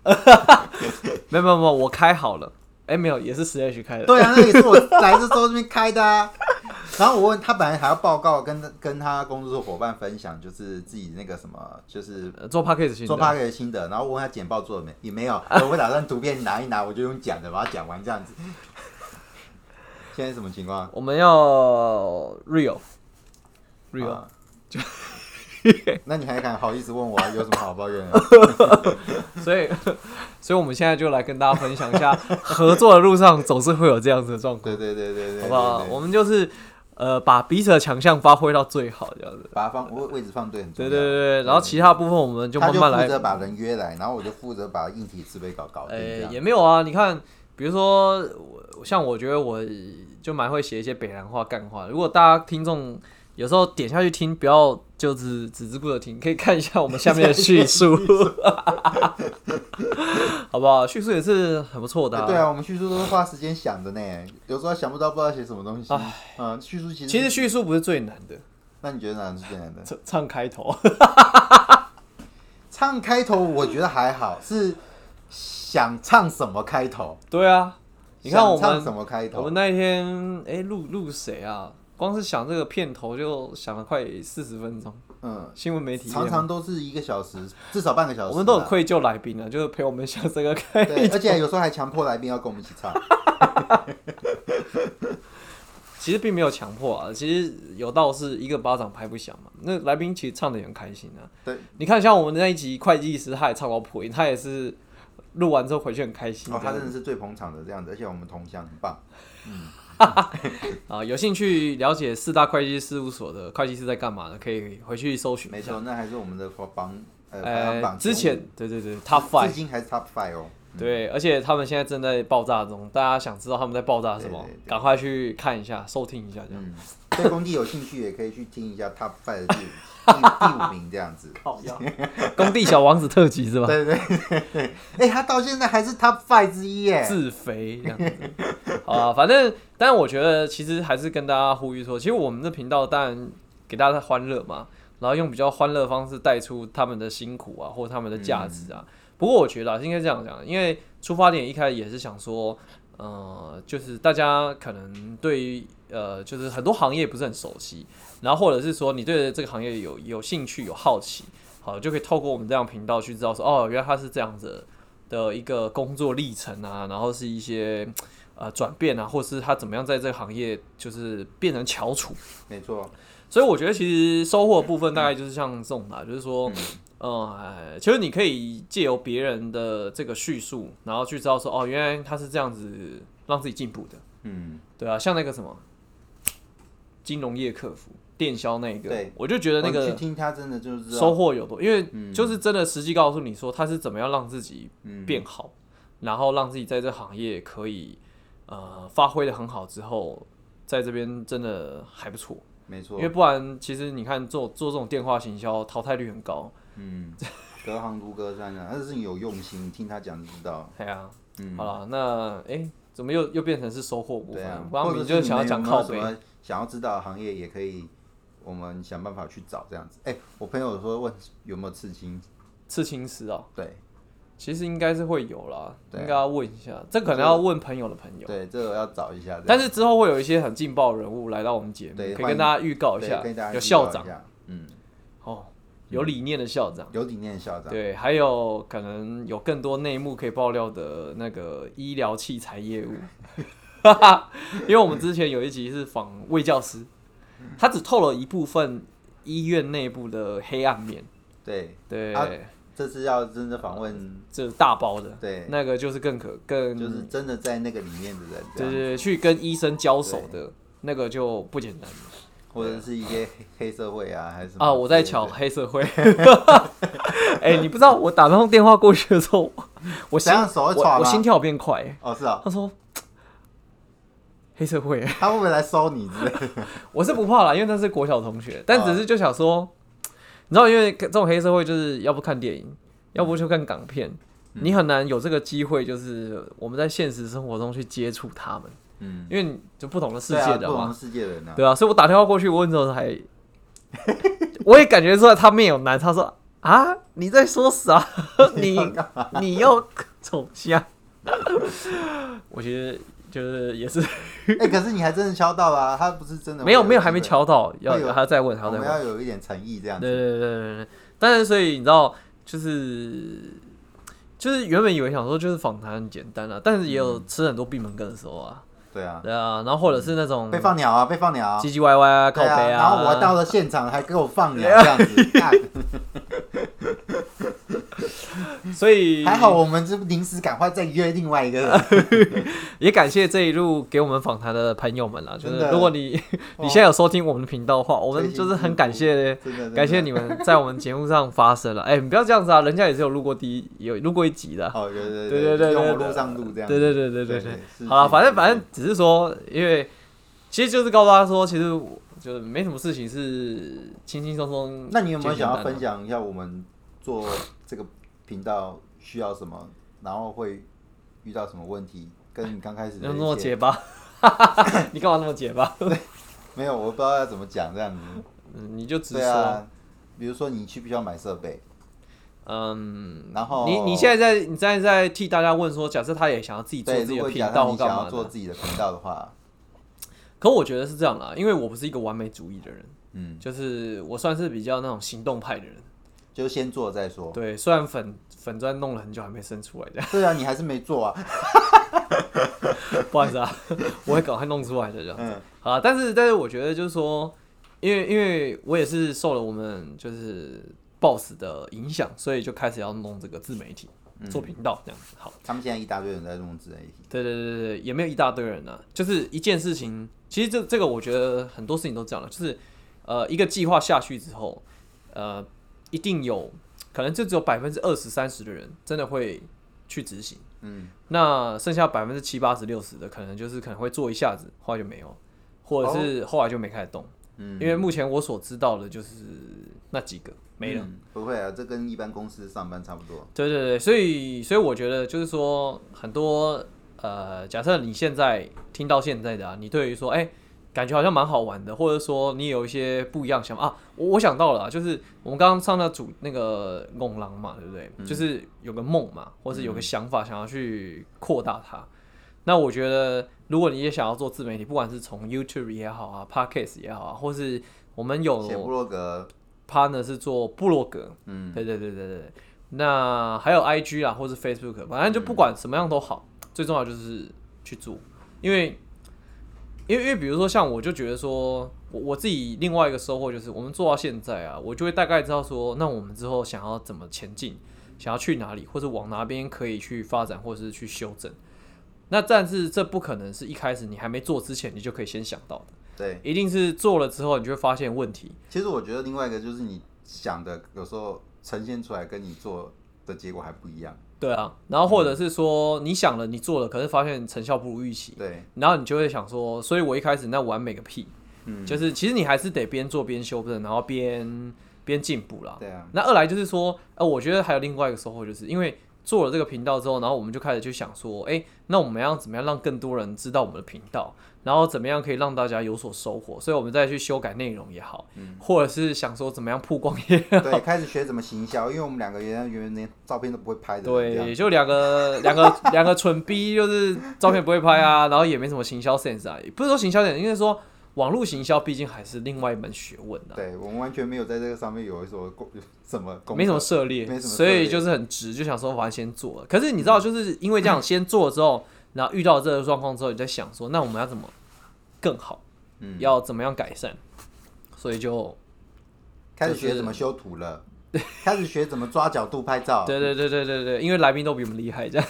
Speaker 1: 没有没有没有，我开好了，哎、没有，也是 Slash 开的，
Speaker 2: 对啊，那也是我来这周这边开的啊。 [laughs] 然后我问他，本来还要报告跟跟他工作伙伴分享，就是自己那个什么，就是
Speaker 1: 呃做 Podcast 型
Speaker 2: 做
Speaker 1: 的，
Speaker 2: 八个的心得，然后问他简报做了没，也
Speaker 1: [laughs]
Speaker 2: 没有。我打算图片拿一拿，我就用讲的把它讲完这样子。 [laughs] 现在什么情况？
Speaker 1: 我们要 Real Real，、
Speaker 2: 啊 [laughs] 那你还敢好意思问我
Speaker 1: [laughs]
Speaker 2: 有什么好抱怨的？
Speaker 1: 所以 [laughs] 所以我们现在就来跟大家分享一下，合作的路上总是会有这样子的状况，
Speaker 2: 对对对对对对，
Speaker 1: 好不好？我
Speaker 2: 们
Speaker 1: 们就是呃把彼此的强项发挥到最好，这样子。
Speaker 2: 把它放位位置放对很重
Speaker 1: 对
Speaker 2: 要。
Speaker 1: 对对对，然后其他部分我们就
Speaker 2: 他
Speaker 1: 慢
Speaker 2: 就
Speaker 1: 慢来
Speaker 2: 负责把人约来，然后我就负责把硬体设备搞搞定。
Speaker 1: 呃、
Speaker 2: 这样
Speaker 1: 也没有啊。你看，比如说，我像我觉得我就蛮会写一些北南话、干话。如果大家听众有时候点下去听，不要就只只知顾着听，可以看一下我们下面的叙 [laughs] 述，好不好？叙述也是很不错的、
Speaker 2: 欸对啊，我们叙述都是花时间想的呢，有时候想不到不知道写什么东西。嗯，叙述其实
Speaker 1: 其实叙述不是最难的，
Speaker 2: 那你觉得哪是最难的？
Speaker 1: 唱唱开头， [laughs]
Speaker 2: 唱开头我觉得还好，是想唱什么开头？
Speaker 1: 对啊，你看我
Speaker 2: 想唱
Speaker 1: 们
Speaker 2: 什么开
Speaker 1: 我
Speaker 2: 头
Speaker 1: 们？那一天哎录录谁啊？光是想这个片头就想了快四十分钟，
Speaker 2: 嗯，
Speaker 1: 新闻媒体业
Speaker 2: 常常都是一个小时，至少半个小时啦。啊
Speaker 1: 我们都很愧疚来宾啊，就是陪我们想这个开
Speaker 2: 对，而且有时候还强迫来宾要跟我们一起唱。
Speaker 1: [laughs]
Speaker 2: 哦
Speaker 1: 其实并没有强迫啊，其实有道是一个巴掌拍不响嘛。那来宾其实唱的也很开心啊。
Speaker 2: 对，
Speaker 1: 你看像我们那一集会计师，他也唱到破音，他也是录完之后回去很开心
Speaker 2: 哦，
Speaker 1: 这
Speaker 2: 他
Speaker 1: 样
Speaker 2: 真
Speaker 1: 子。
Speaker 2: 的是最捧场的这样子，而且我们同乡很棒。
Speaker 1: 啊，有兴趣了解四大会计事务所的会计师在干嘛的，可以回去搜寻一
Speaker 2: 没
Speaker 1: 下。
Speaker 2: 错，那还是我们的榜呃排行
Speaker 1: 呃
Speaker 2: 榜，
Speaker 1: 之前对对对，Top
Speaker 2: [laughs] 前五
Speaker 1: Five，
Speaker 2: 至今还是 Top Five 哦。
Speaker 1: 对，而且他们现在正在爆炸中，大家想知道他们在爆炸什么
Speaker 2: 对对，对
Speaker 1: 赶快去看一下，收听一下这样。
Speaker 2: 嗯，对工地有兴趣也可以去听一下 Top Five 的第第第五名这样子。 [laughs]
Speaker 1: 好呀， [laughs] 工地小王子特辑是吧？
Speaker 2: 对对对对，哎、他到现在还是 Top Five 之一耶。
Speaker 1: 自肥这样子。好啊，反正，但我觉得其实还是跟大家呼吁说，其实我们的频道当然给大家欢乐嘛，然后用比较欢乐的方式带出他们的辛苦啊，或他们的价值啊。不过我觉得、啊、应该这样讲，因为出发点一开始也是想说，呃，就是大家可能对于呃，就是很多行业不是很熟悉，然后或者是说你对这个行业有有兴趣、有好奇，好就可以透过我们这样频道去知道说，哦，原来他是这样子的的一个工作历程啊，然后是一些呃转变啊，或是他怎么样在这个行业就是变成翘楚。
Speaker 2: 没错，
Speaker 1: 所以我觉得其实收获的部分大概就是像这种
Speaker 2: 嗯
Speaker 1: 啦，就是说，呃，其实你可以借由别人的这个叙述，然后去知道说，哦，原来他是这样子让自己进步的，
Speaker 2: 嗯，
Speaker 1: 对啊，像那个什么金融业客服、电销那个
Speaker 2: 对，
Speaker 1: 我就觉得那
Speaker 2: 我
Speaker 1: 个
Speaker 2: 去听他真的就是知道
Speaker 1: 收获有多，因为就是真的实际告诉你说他是怎么样让自己
Speaker 2: 嗯
Speaker 1: 变好，然后让自己在这行业可以呃发挥的很好之后，在这边真的还不错。
Speaker 2: 没错
Speaker 1: 因，为不然，其实你看做做这种电话行销淘汰率很高。
Speaker 2: 嗯，隔行如隔山啊，他是有用心，听他讲就知道。
Speaker 1: 哎呀、
Speaker 2: 嗯
Speaker 1: 好了，那哎、诶怎么又又变成是收获部
Speaker 2: 对
Speaker 1: 分？
Speaker 2: 啊，
Speaker 1: 不然
Speaker 2: 或者
Speaker 1: 你
Speaker 2: 是
Speaker 1: 就想要
Speaker 2: 们有
Speaker 1: 讲
Speaker 2: 没有
Speaker 1: 靠
Speaker 2: 什
Speaker 1: 背。
Speaker 2: 么想要知道的行业也可以，我们想办法去找这样子。哎、我朋友说问有没有刺青，
Speaker 1: 刺青师啊，
Speaker 2: 对
Speaker 1: 其实应该是会有啦，
Speaker 2: 对啊
Speaker 1: 应该要问一下，这可能要问朋友的朋友。
Speaker 2: 对，这个要找一下。
Speaker 1: 但是之后会有一些很劲爆的人物来到我们节目，可
Speaker 2: 对
Speaker 1: 以
Speaker 2: 欢
Speaker 1: 跟
Speaker 2: 迎
Speaker 1: 大家预告一
Speaker 2: 对
Speaker 1: 下
Speaker 2: 跟大家，
Speaker 1: 有
Speaker 2: 预
Speaker 1: 校
Speaker 2: 告一
Speaker 1: 长
Speaker 2: 下，嗯，
Speaker 1: 哦，有理念的校长，
Speaker 2: 有理念的校长，
Speaker 1: 对，还有可能有更多内幕可以爆料的那个医疗器材业务， [laughs] 因为我们之前有一集是访魏教师，
Speaker 2: 嗯
Speaker 1: 他只透了一部分医院内部的黑暗面，
Speaker 2: 对，
Speaker 1: 对，
Speaker 2: 啊这次要真的访问，
Speaker 1: 这是大包的，
Speaker 2: 对
Speaker 1: 那个就是更可更
Speaker 2: 就是真的在那个里面的人，这
Speaker 1: 对对
Speaker 2: 样，
Speaker 1: 对，去跟医生交手的那个就不简单了
Speaker 2: 或者是一些黑黑社会啊，还是什么
Speaker 1: 啊！我在
Speaker 2: 之类
Speaker 1: 瞧
Speaker 2: 的
Speaker 1: 黑社会， [laughs] 哎、你不知道我打那通电话过去的时候，我心
Speaker 2: 怎样手
Speaker 1: 我
Speaker 2: 会喘吗啊
Speaker 1: 我心跳变快、
Speaker 2: 哦，是啊、
Speaker 1: 他说黑社会， [laughs]
Speaker 2: 他会不会来收你之类的？
Speaker 1: 我是不怕啦，因为那是国小同学，但
Speaker 2: 啊
Speaker 1: 只是就想说，你知道，因为这种黑社会就是要不看电影，要不就看港片，
Speaker 2: 嗯
Speaker 1: 你很难有这个机会，就是我们在现实生活中去接触他们，
Speaker 2: 嗯，
Speaker 1: 因为你就不同的 [laughs] 世
Speaker 2: 对
Speaker 1: 界
Speaker 2: 啊，
Speaker 1: 的
Speaker 2: 不同的
Speaker 1: 嘛，
Speaker 2: 世界的人啊，
Speaker 1: 对啊，所以我打电话过去问之后还，我也感觉出来他面有难，他说啊你在说
Speaker 2: [laughs]
Speaker 1: 啥？你你要走向？我其实就是也是。
Speaker 2: [laughs] 哎、可是你还真的敲到啦、他不是真的
Speaker 1: 没有
Speaker 2: 会
Speaker 1: 没有，还没
Speaker 2: 机会
Speaker 1: 敲到，要
Speaker 2: 会有
Speaker 1: 还要再问，还
Speaker 2: 我
Speaker 1: 要再问。
Speaker 2: 们要有一点诚意这样
Speaker 1: 对
Speaker 2: 子。
Speaker 1: 对对对对。但是所以你知道，就是就是原本以为想说就是访谈很简单啊，但是也
Speaker 2: 嗯
Speaker 1: 有吃很多闭门羹的时候啊，
Speaker 2: 对啊，
Speaker 1: 对啊，然后或者是那种
Speaker 2: 被放鸟啊，被放鸟啊，
Speaker 1: 唧唧歪歪啊、靠
Speaker 2: 对啊，
Speaker 1: 背
Speaker 2: 然后我到了现场还给我放鸟这样子，干
Speaker 1: [laughs] 所以
Speaker 2: 还好我们这临时赶快再约另外
Speaker 1: [laughs]
Speaker 2: 一个人。
Speaker 1: 也感谢这一路给我们访谈的朋友们啦。就
Speaker 2: 真
Speaker 1: 是
Speaker 2: 的
Speaker 1: 如果你 [laughs] 你现在有收听我们的频道的话，我们就是很感谢。
Speaker 2: 真的，真的
Speaker 1: 感谢你们在我们节目上发声了，哎、你不要这样子啊，人家也是有录过第一，有录过一集的啊、
Speaker 2: 哦，对对
Speaker 1: 对对对
Speaker 2: 对，用
Speaker 1: 对
Speaker 2: 我路上录这样子。
Speaker 1: 对对对对对
Speaker 2: 对
Speaker 1: 对，
Speaker 2: 是
Speaker 1: 好了，
Speaker 2: 是
Speaker 1: 反正
Speaker 2: 是
Speaker 1: 反正只是说，因为其实就是告诉大家说，其实我就是没什么事情是轻轻松松。
Speaker 2: 那你有没有想要
Speaker 1: 简单
Speaker 2: 分
Speaker 1: 的？
Speaker 2: 享一下我们做这个频道需要什么，然后会遇到什么问题？跟你刚开始的
Speaker 1: 你有那么
Speaker 2: 一些
Speaker 1: 结巴？ [laughs] 你干嘛那么结巴？
Speaker 2: 没有，我不知道要怎么讲这样子。
Speaker 1: 嗯你就直
Speaker 2: 对啊
Speaker 1: 说。
Speaker 2: 啊，比如说你需不需要买设备？
Speaker 1: 嗯，
Speaker 2: 然后
Speaker 1: 你你现在在你现在在替大家问说，假设他也想要自己做
Speaker 2: 对，
Speaker 1: 自己的
Speaker 2: 如果
Speaker 1: 频
Speaker 2: 假
Speaker 1: 道
Speaker 2: 设
Speaker 1: 或
Speaker 2: 你想
Speaker 1: 干
Speaker 2: 要
Speaker 1: 嘛
Speaker 2: 做
Speaker 1: 的，
Speaker 2: 自己的频道
Speaker 1: [laughs]
Speaker 2: 的话，
Speaker 1: 可我觉得是这样啦，因为我不是一个完美主义的人，
Speaker 2: 嗯，
Speaker 1: 就是我算是比较那种行动派的人。
Speaker 2: 就先做再说。
Speaker 1: 对，虽然粉粉砖弄了很久还没生出来，这样 [laughs]
Speaker 2: 对啊，你还是没做啊。
Speaker 1: 不好意思啊， [laughs] 我会赶快弄出来的这样子。
Speaker 2: 嗯
Speaker 1: 好啊，但是但是我觉得就是说，因为因为我也是受了我们就是 boss 的影响，所以就开始要弄这个自媒体，做频道这样子。好，
Speaker 2: 他们现在一大堆人在弄自媒体，
Speaker 1: 对对对对对，也没有一大堆人呢、就是一件事情，其实这这个我觉得很多事情都这样了，就是呃一个计划下去之后，呃一定有可能就只有百分之二十三十的人真的会去执行。
Speaker 2: 嗯，
Speaker 1: 那剩下百分之七八十六十的，可能就是可能会做一下子，后来就没有，或者是后来就没开始动。
Speaker 2: 嗯
Speaker 1: 因为目前我所知道的就是那几个没了。
Speaker 2: 嗯不会啊，这跟一般公司上班差不多。
Speaker 1: 对对对，所以所以我觉得就是说，很多呃，假设你现在听到现在的啊，你对于说，哎、感觉好像蛮好玩的，或者说你有一些不一样的想法啊，我我想到了、啊，就是我们刚刚上到主那个
Speaker 2: 嗯
Speaker 1: 梦狼嘛，对不对？就是有个梦嘛，或是有个想法想要去扩大它。那我觉得，如果你也想要做自媒体，不管是从 YouTube 也好啊，Podcast 也好啊，或是我们有
Speaker 2: 写部落格，
Speaker 1: partner 是做部落格，
Speaker 2: 嗯，
Speaker 1: 对对对对对。那还有 IG 啦，或是 Facebook，反正就不管什么样都好，最重要就是去做，因为，因为因为比如说像我就觉得说，我我自己另外一个收获就是，我们做到现在啊，我就会大概知道说，那我们之后想要怎么前进，想要去哪里，或者往哪边可以去发展，或是去修正。那但是这不可能是一开始你还没做之前你就可以先想到的，
Speaker 2: 对。
Speaker 1: 一定是做了之后你就会发现问题，
Speaker 2: 其实我觉得另外一个就是你想的有时候呈现出来跟你做的结果还不一样。
Speaker 1: 对啊，然后或者是说你想了，你做了，可是发现成效不如预期，
Speaker 2: 对，
Speaker 1: 然后你就会想说，所以我一开始那完美个屁，
Speaker 2: 嗯，
Speaker 1: 就是其实你还是得边做边修正，然后边边进步啦。
Speaker 2: 对啊， [laughs]
Speaker 1: 那二来就是说，呃，我觉得还有另外一个收获，就是因为做了这个频道之后，然后我们就开始去想说，哎、那我们要怎么样让更多人知道我们的频道，然后怎么样可以让大家有所收获，所以我们再去修改内容也好，或者是想说怎么样曝光也好
Speaker 2: 对，开始学怎么行销，因为我们两个原来原来连照片都不会拍的，
Speaker 1: 对，也
Speaker 2: 对，
Speaker 1: 就两
Speaker 2: [laughs]
Speaker 1: 个两个两个蠢逼，就是照片不会拍
Speaker 2: 嗯
Speaker 1: 啊，然后也没什么行销 sense 啊，也不是说行销 sense，应该说网络行销毕竟还是另外一门学问啊，
Speaker 2: 对我们完全没有在这个上面有一所 [laughs] 功什么功课，
Speaker 1: 没什么涉猎，
Speaker 2: 没什么涉
Speaker 1: 所
Speaker 2: 猎
Speaker 1: 以就是很直，就想说我要先做了。可是你知道，就是因为这样先做了之
Speaker 2: 嗯
Speaker 1: 后，然后遇到这个状况之后，你在想说，那我们要怎么更好，
Speaker 2: 嗯，
Speaker 1: 要怎么样改善，所以就
Speaker 2: 开始
Speaker 1: 就
Speaker 2: 学
Speaker 1: 是
Speaker 2: 怎么修图了， [laughs] 开始学怎么抓角度拍照，
Speaker 1: 对对对对对对，因为来宾都比我们厉害，这样。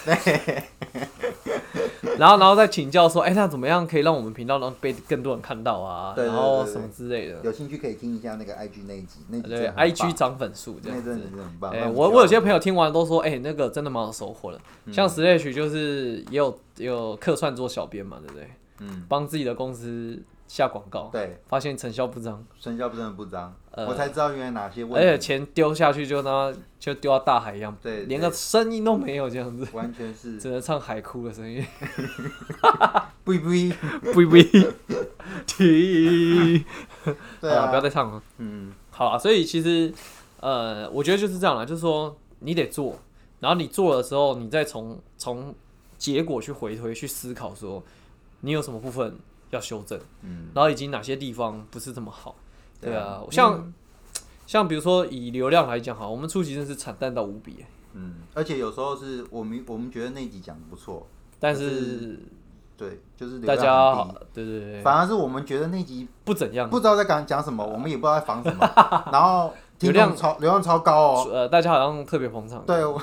Speaker 1: 然后，然后再请教说，哎、那怎么样可以让我们频道让被更多人看到啊？
Speaker 2: 对对对
Speaker 1: 然后
Speaker 2: 对对
Speaker 1: 什么之类的。
Speaker 2: 有兴趣可以听一下那个 IG 那一集，那一集真
Speaker 1: 对
Speaker 2: 的很
Speaker 1: ，IG
Speaker 2: 棒
Speaker 1: 涨粉数这
Speaker 2: 那
Speaker 1: 样
Speaker 2: 一集真
Speaker 1: 子
Speaker 2: 的。真的很棒。
Speaker 1: 哎、
Speaker 2: 让
Speaker 1: 我
Speaker 2: 骄
Speaker 1: 我有
Speaker 2: 傲
Speaker 1: 些朋友听完都说，哎、那个真的蛮有收获的。像 Slash 就是也有也有客串做小编嘛，对不对？
Speaker 2: 嗯，
Speaker 1: 帮自己的公司下广告，
Speaker 2: 对，
Speaker 1: 发现成效不彰，
Speaker 2: 生肖真的不脏，
Speaker 1: 呃哎
Speaker 2: 我才知道原来哪些
Speaker 1: 而且
Speaker 2: 问题，
Speaker 1: 钱丢下去就他妈就丢到大海一样，
Speaker 2: 对
Speaker 1: 连个声音都没有，这样子，
Speaker 2: 完全是
Speaker 1: 只能唱海哭的声音。
Speaker 2: 不不，
Speaker 1: [laughs] 不不 [laughs] 停，
Speaker 2: 对
Speaker 1: 好啦不要
Speaker 2: 啊，
Speaker 1: 再唱了。
Speaker 2: 嗯，
Speaker 1: 好啊，所以其实呃，我觉得就是这样了，就是说你得做，然后你做了之后，你再从从结果去回推去思考说，你有什么部分要修正，
Speaker 2: 嗯，
Speaker 1: 然后以及哪些地方不是这么好。对
Speaker 2: 对
Speaker 1: 啊，像、像比如说以流量来讲哈，我们初期真是惨淡到无比欸，
Speaker 2: 嗯，而且有时候是我们我们觉得那集讲得不错，
Speaker 1: 但
Speaker 2: 可
Speaker 1: 是
Speaker 2: 对，就是流
Speaker 1: 大
Speaker 2: 量
Speaker 1: 家
Speaker 2: 很
Speaker 1: 好
Speaker 2: 低，
Speaker 1: 对对对，
Speaker 2: 反而是我们觉得那集
Speaker 1: 不怎样。
Speaker 2: 不知道在讲讲什么，我们也不知道在防什
Speaker 1: [laughs]
Speaker 2: 么，然后听
Speaker 1: 流量
Speaker 2: 众超流量超高哦，
Speaker 1: 呃，大家好像特别捧场，
Speaker 2: 对，我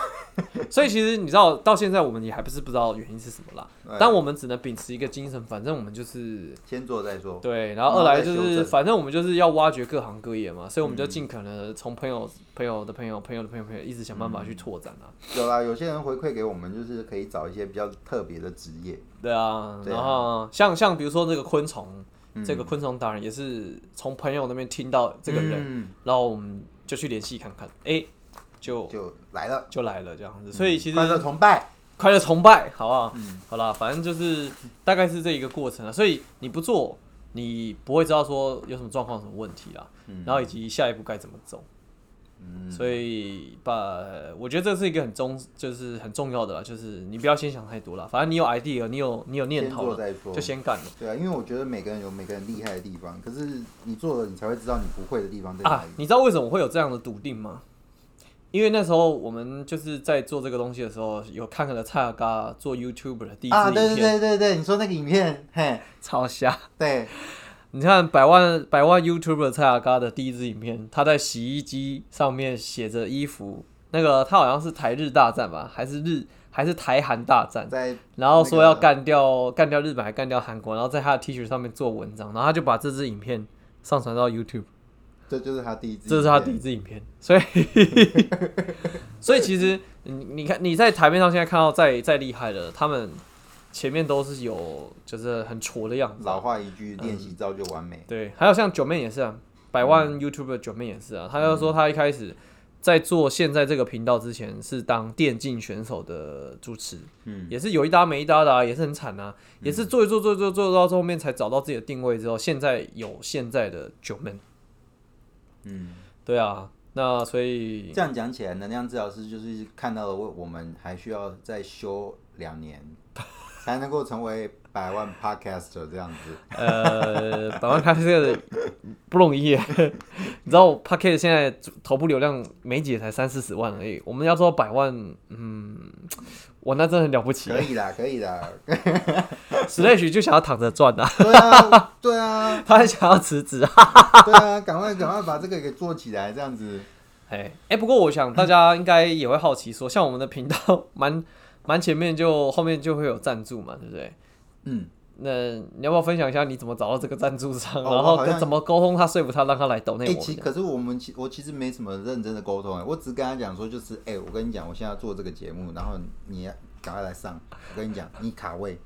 Speaker 1: 所以其实你知道，到现在我们也还不是不知道原因是什么啦。
Speaker 2: 对
Speaker 1: 但我们只能秉持一个精神，反正我们就是
Speaker 2: 先做再说，
Speaker 1: 对，然后
Speaker 2: 然后
Speaker 1: 二来
Speaker 2: 再
Speaker 1: 就
Speaker 2: 修
Speaker 1: 是，
Speaker 2: 正嗯
Speaker 1: 反正我们就是要挖掘各行各业嘛，所以我们就尽可能地从朋友、朋友的朋友、朋友的朋友、朋友，一直想办法
Speaker 2: 嗯
Speaker 1: 去拓展啊。
Speaker 2: 有啦，有些人回馈给我们就是可以找一些比较特别的职业，
Speaker 1: 对啊，
Speaker 2: 对啊
Speaker 1: 然后像像比如说这个昆虫，
Speaker 2: 嗯
Speaker 1: 这个昆虫达人也是从朋友那边听到这个人，
Speaker 2: 嗯
Speaker 1: 然后我们就去联系看看，哎，就
Speaker 2: 就来了，
Speaker 1: 就来了这样子。所以其实
Speaker 2: 快乐崇拜，
Speaker 1: 快乐崇拜，好不好？
Speaker 2: 嗯
Speaker 1: 好啦，反正就是大概是这一个过程啊。所以你不做，你不会知道说有什么状况、什么问题啦，
Speaker 2: 嗯
Speaker 1: 然后以及下一步该怎么走。
Speaker 2: 嗯，
Speaker 1: 所以把我觉得这是一个很重，就是很重要的啦，就是你不要先想太多了，反正你有 idea，你有你有念
Speaker 2: 先
Speaker 1: 头
Speaker 2: 做
Speaker 1: 了，
Speaker 2: 再说
Speaker 1: 就。先干了
Speaker 2: 对啊，因为我觉得每个人有每个人厉害的地方，可是你做了，你才会知道你不会的地方在哪
Speaker 1: 啊
Speaker 2: 里。！
Speaker 1: 你知道为什么我会有这样的笃定吗？因为那时候我们就是在做这个东西的时候，有看了蔡阿嘎做 YouTuber 的第一
Speaker 2: 啊，
Speaker 1: 支
Speaker 2: 对
Speaker 1: 影
Speaker 2: 对
Speaker 1: 片，
Speaker 2: 对对对，你说那个影片，嘿，
Speaker 1: 超瞎。
Speaker 2: 对，
Speaker 1: 你看百万百万 YouTuber 蔡阿嘎的第一支影片，他在洗衣机上面写着衣服，那个他好像是台日大战吧，还是日还是台韩大战，
Speaker 2: 在
Speaker 1: 然后说
Speaker 2: 那
Speaker 1: 要
Speaker 2: 个
Speaker 1: 干掉干掉日本，还干掉韩国，然后在他的 T 恤上面做文章，然后他就把这支影片上传到 YouTube，
Speaker 2: 这就是他第一支，
Speaker 1: 这是他第一，支影片，所
Speaker 2: [laughs]
Speaker 1: 以所以其实你你看你在台面上现在看到再再厉害的，他们前面都是有就是很挫的样子啊，
Speaker 2: 老话一句，练习造就完美。
Speaker 1: 对，还有像九妹也是啊，百万 YouTuber 九妹也是啊，她就说她一开始在做现在这个频道之前是当电竞选手的主持，
Speaker 2: 嗯，
Speaker 1: 也是有一搭没一搭的啊，也是很惨啊，也是做一做做一做做到后面才找到自己的定位之后，啊现在有现在的九妹，
Speaker 2: 嗯，
Speaker 1: 对啊，那所以
Speaker 2: 这样讲起来，能量治疗师就是看到了我我们还需要再修两年，才能够成为百万 podcaster 这样子。
Speaker 1: 呃， [laughs] 百万 p o d c a 不容易， [laughs] 你知道 p o d c a s 现在头部流量每集也才三四十万而已，我们要做到百万，嗯，我那真的很了不起啊
Speaker 2: 可以啦，可以啦，
Speaker 1: ，Slash 就想要躺着赚啊， [laughs]
Speaker 2: 对啊，对啊，
Speaker 1: 他还想要辞职啊，
Speaker 2: 对啊，赶快赶快把这个给做起来，这样子。
Speaker 1: 哎、哎、不过我想大家应该也会好奇说，像我们的频道蛮蛮前面就后面就会有赞助嘛，对不对？
Speaker 2: 嗯，
Speaker 1: 那你要不要分享一下你怎么找到这个赞助商，
Speaker 2: 哦
Speaker 1: 然
Speaker 2: 我
Speaker 1: 后
Speaker 2: 好
Speaker 1: 跟
Speaker 2: 像
Speaker 1: 怎么沟通他说服他让他来抖内
Speaker 2: 哎、
Speaker 1: 我们
Speaker 2: 其
Speaker 1: 这样？
Speaker 2: 可是我们其我其实没什么认真的沟通、哎，我只跟他讲说，就是哎、我跟你讲，我现在要做这个节目，然后你赶快来上，我跟你讲，你卡
Speaker 1: [laughs]
Speaker 2: 位，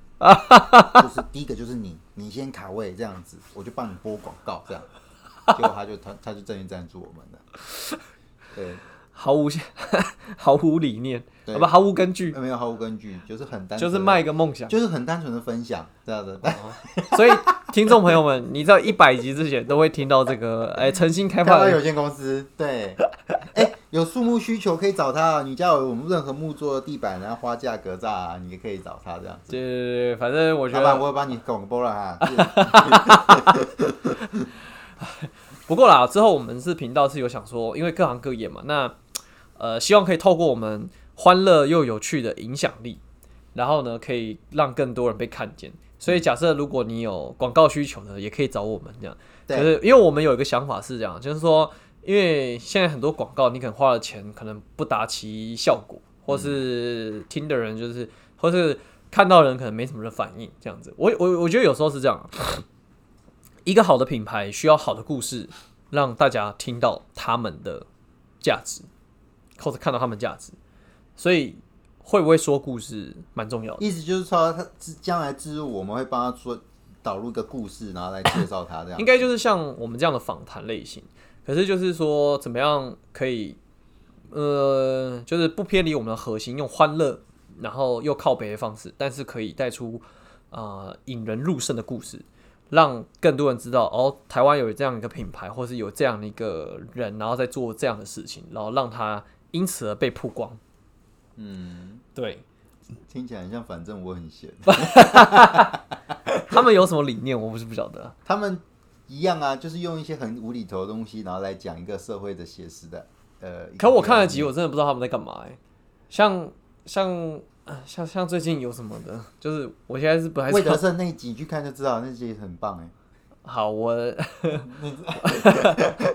Speaker 2: 就是第一个就是你，你先卡位这样子，我就帮你播广告这样，结果他就他他就正面赞助我们了，对。
Speaker 1: 毫无 [laughs] 毫无理念，
Speaker 2: 对
Speaker 1: 啊不毫无根据，
Speaker 2: 没有毫无根据，就是很单纯，
Speaker 1: 就是，卖一个梦想。
Speaker 2: 就是很单纯的分享这样的。
Speaker 1: 所以听众朋友们，你在一百集之前都会听到这个，哎，诚心开
Speaker 2: 开
Speaker 1: 发
Speaker 2: 发
Speaker 1: 的
Speaker 2: 有限公司，对，哎、有树木需求可以找他啊。你家有我们任何木做的地板，然后花架格栅啊，你也可以找他这样子。
Speaker 1: 对对对，反正我觉
Speaker 2: 老板，
Speaker 1: 得
Speaker 2: 我有帮你广播了哈。
Speaker 1: [laughs]
Speaker 2: 是
Speaker 1: 不过啦，之后我们是频道是有想说，因为各行各业嘛，那呃，希望可以透过我们欢乐又有趣的影响力，然后呢，可以让更多人被看见。所以假设如果你有广告需求的，也可以找我们这样。就
Speaker 2: 对
Speaker 1: 是因为我们有一个想法是这样，就是说，因为现在很多广告，你可能花了钱，可能不达其效果，或是听的人就是，或是看到的人可能没什么的反应，这样子。我我我觉得有时候是这样，一个好的品牌需要好的故事，让大家听到他们的价值，或者看到他们价值，所以会不会说故事蛮重要的。
Speaker 2: 意思就是说，他之将来之入，我们会帮他说导入一个故事，然后来介绍他这样
Speaker 1: 应。该就是像我们这样的访谈类型。可是就是说，怎么样可以，呃，就是不偏离我们的核心，用欢乐，然后又靠北的方式，但是可以带出呃引人入胜的故事，让更多人知道哦，台湾有这样一个品牌，或是有这样的一个人，然后在做这样的事情，然后让他因此而被曝光。
Speaker 2: 嗯，
Speaker 1: 对
Speaker 2: 听起来很像，反正我很闲。
Speaker 1: 他们有什么理念，我不是不晓得。
Speaker 2: 他们一样啊，就是用一些很无厘头的东西，然后来讲一个社会的写实的。呃，
Speaker 1: 可我看了
Speaker 2: 几。
Speaker 1: 集，我真的不知道他们在干嘛哎、像像啊像像最近有什么的，就是我现在是不太
Speaker 2: 魏
Speaker 1: 知道
Speaker 2: 德胜那一集去看就知道，那集很
Speaker 1: [laughs]
Speaker 2: 棒哎，
Speaker 1: 好，我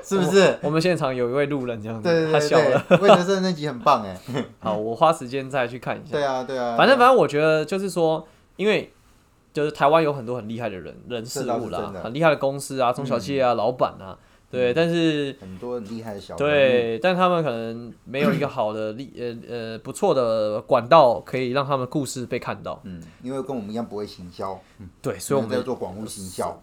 Speaker 2: 是不是？
Speaker 1: 我们现场有一位路人这样子，
Speaker 2: 对对
Speaker 1: 他
Speaker 2: 对
Speaker 1: 笑了。
Speaker 2: 对，魏德胜那集很
Speaker 1: [laughs]
Speaker 2: 棒哎，
Speaker 1: 好，我花时间再去看一下。
Speaker 2: 对啊对啊，
Speaker 1: 反正反正我觉得就是说，因为就是台湾有很多很厉害的人人事物
Speaker 2: 这倒是
Speaker 1: 啦
Speaker 2: 真，的嗯
Speaker 1: 很厉害的公司啊，中小企业啊，老板啊，对，但是。
Speaker 2: 很多很厉害的小人物，
Speaker 1: 对，但他们可能没有一个好的力，呃呃，不错的管道可以让他们故事被看到。
Speaker 2: 嗯，因为跟我们一样不会行销，
Speaker 1: 对，所以我们
Speaker 2: 在做广务行销，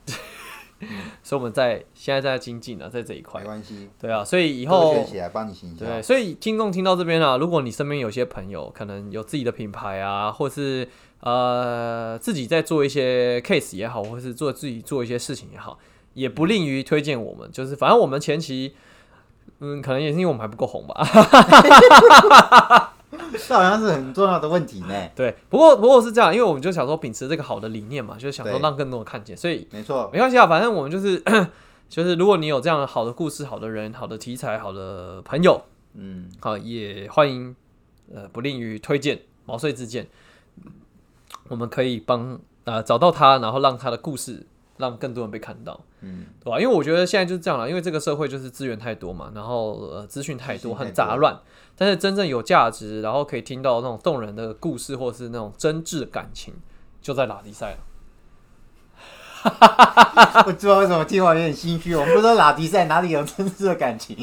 Speaker 1: 所以我们在现在在精进啊，在这一块
Speaker 2: 没。关系，
Speaker 1: 对啊，所以以后
Speaker 2: 都学起来帮你行销，
Speaker 1: 对，所以听众听到这边啊，如果你身边有些朋友可能有自己的品牌啊，或是呃自己在做一些 case 也好，或是做自己做一些事情也好，也不吝于推荐我们。就是反正我们前期，嗯，可能也是因为我们还不够红吧。 [laughs]
Speaker 2: 这好像是很重要的问题呢。
Speaker 1: 对，不过不过是这样，因为我们就想说秉持这个好的理念嘛，就是想说
Speaker 2: 对
Speaker 1: 让更多人看见，所以
Speaker 2: 没错，
Speaker 1: 没关系啊，反正我们就是 [coughs] 就是，如果你有这样好的故事、好的人、好的题材、好的朋友，
Speaker 2: 嗯，
Speaker 1: 好也欢迎呃不吝于推荐毛遂自荐，我们可以帮呃找到他，然后让他的故事让更多人被看到，
Speaker 2: 嗯，
Speaker 1: 对吧？因为我觉得现在就是这样了，因为这个社会就是资源太多嘛，然后呃资讯太
Speaker 2: 资讯
Speaker 1: 多，
Speaker 2: 太
Speaker 1: 很杂
Speaker 2: 多
Speaker 1: 乱。但是真正有价值，然后可以听到那种动人的故事，或是那种真挚的感情，就在拉力赛了。
Speaker 2: 我知道为什么听完有点心虚。我们不知道拉迪赛哪里有真挚的感情。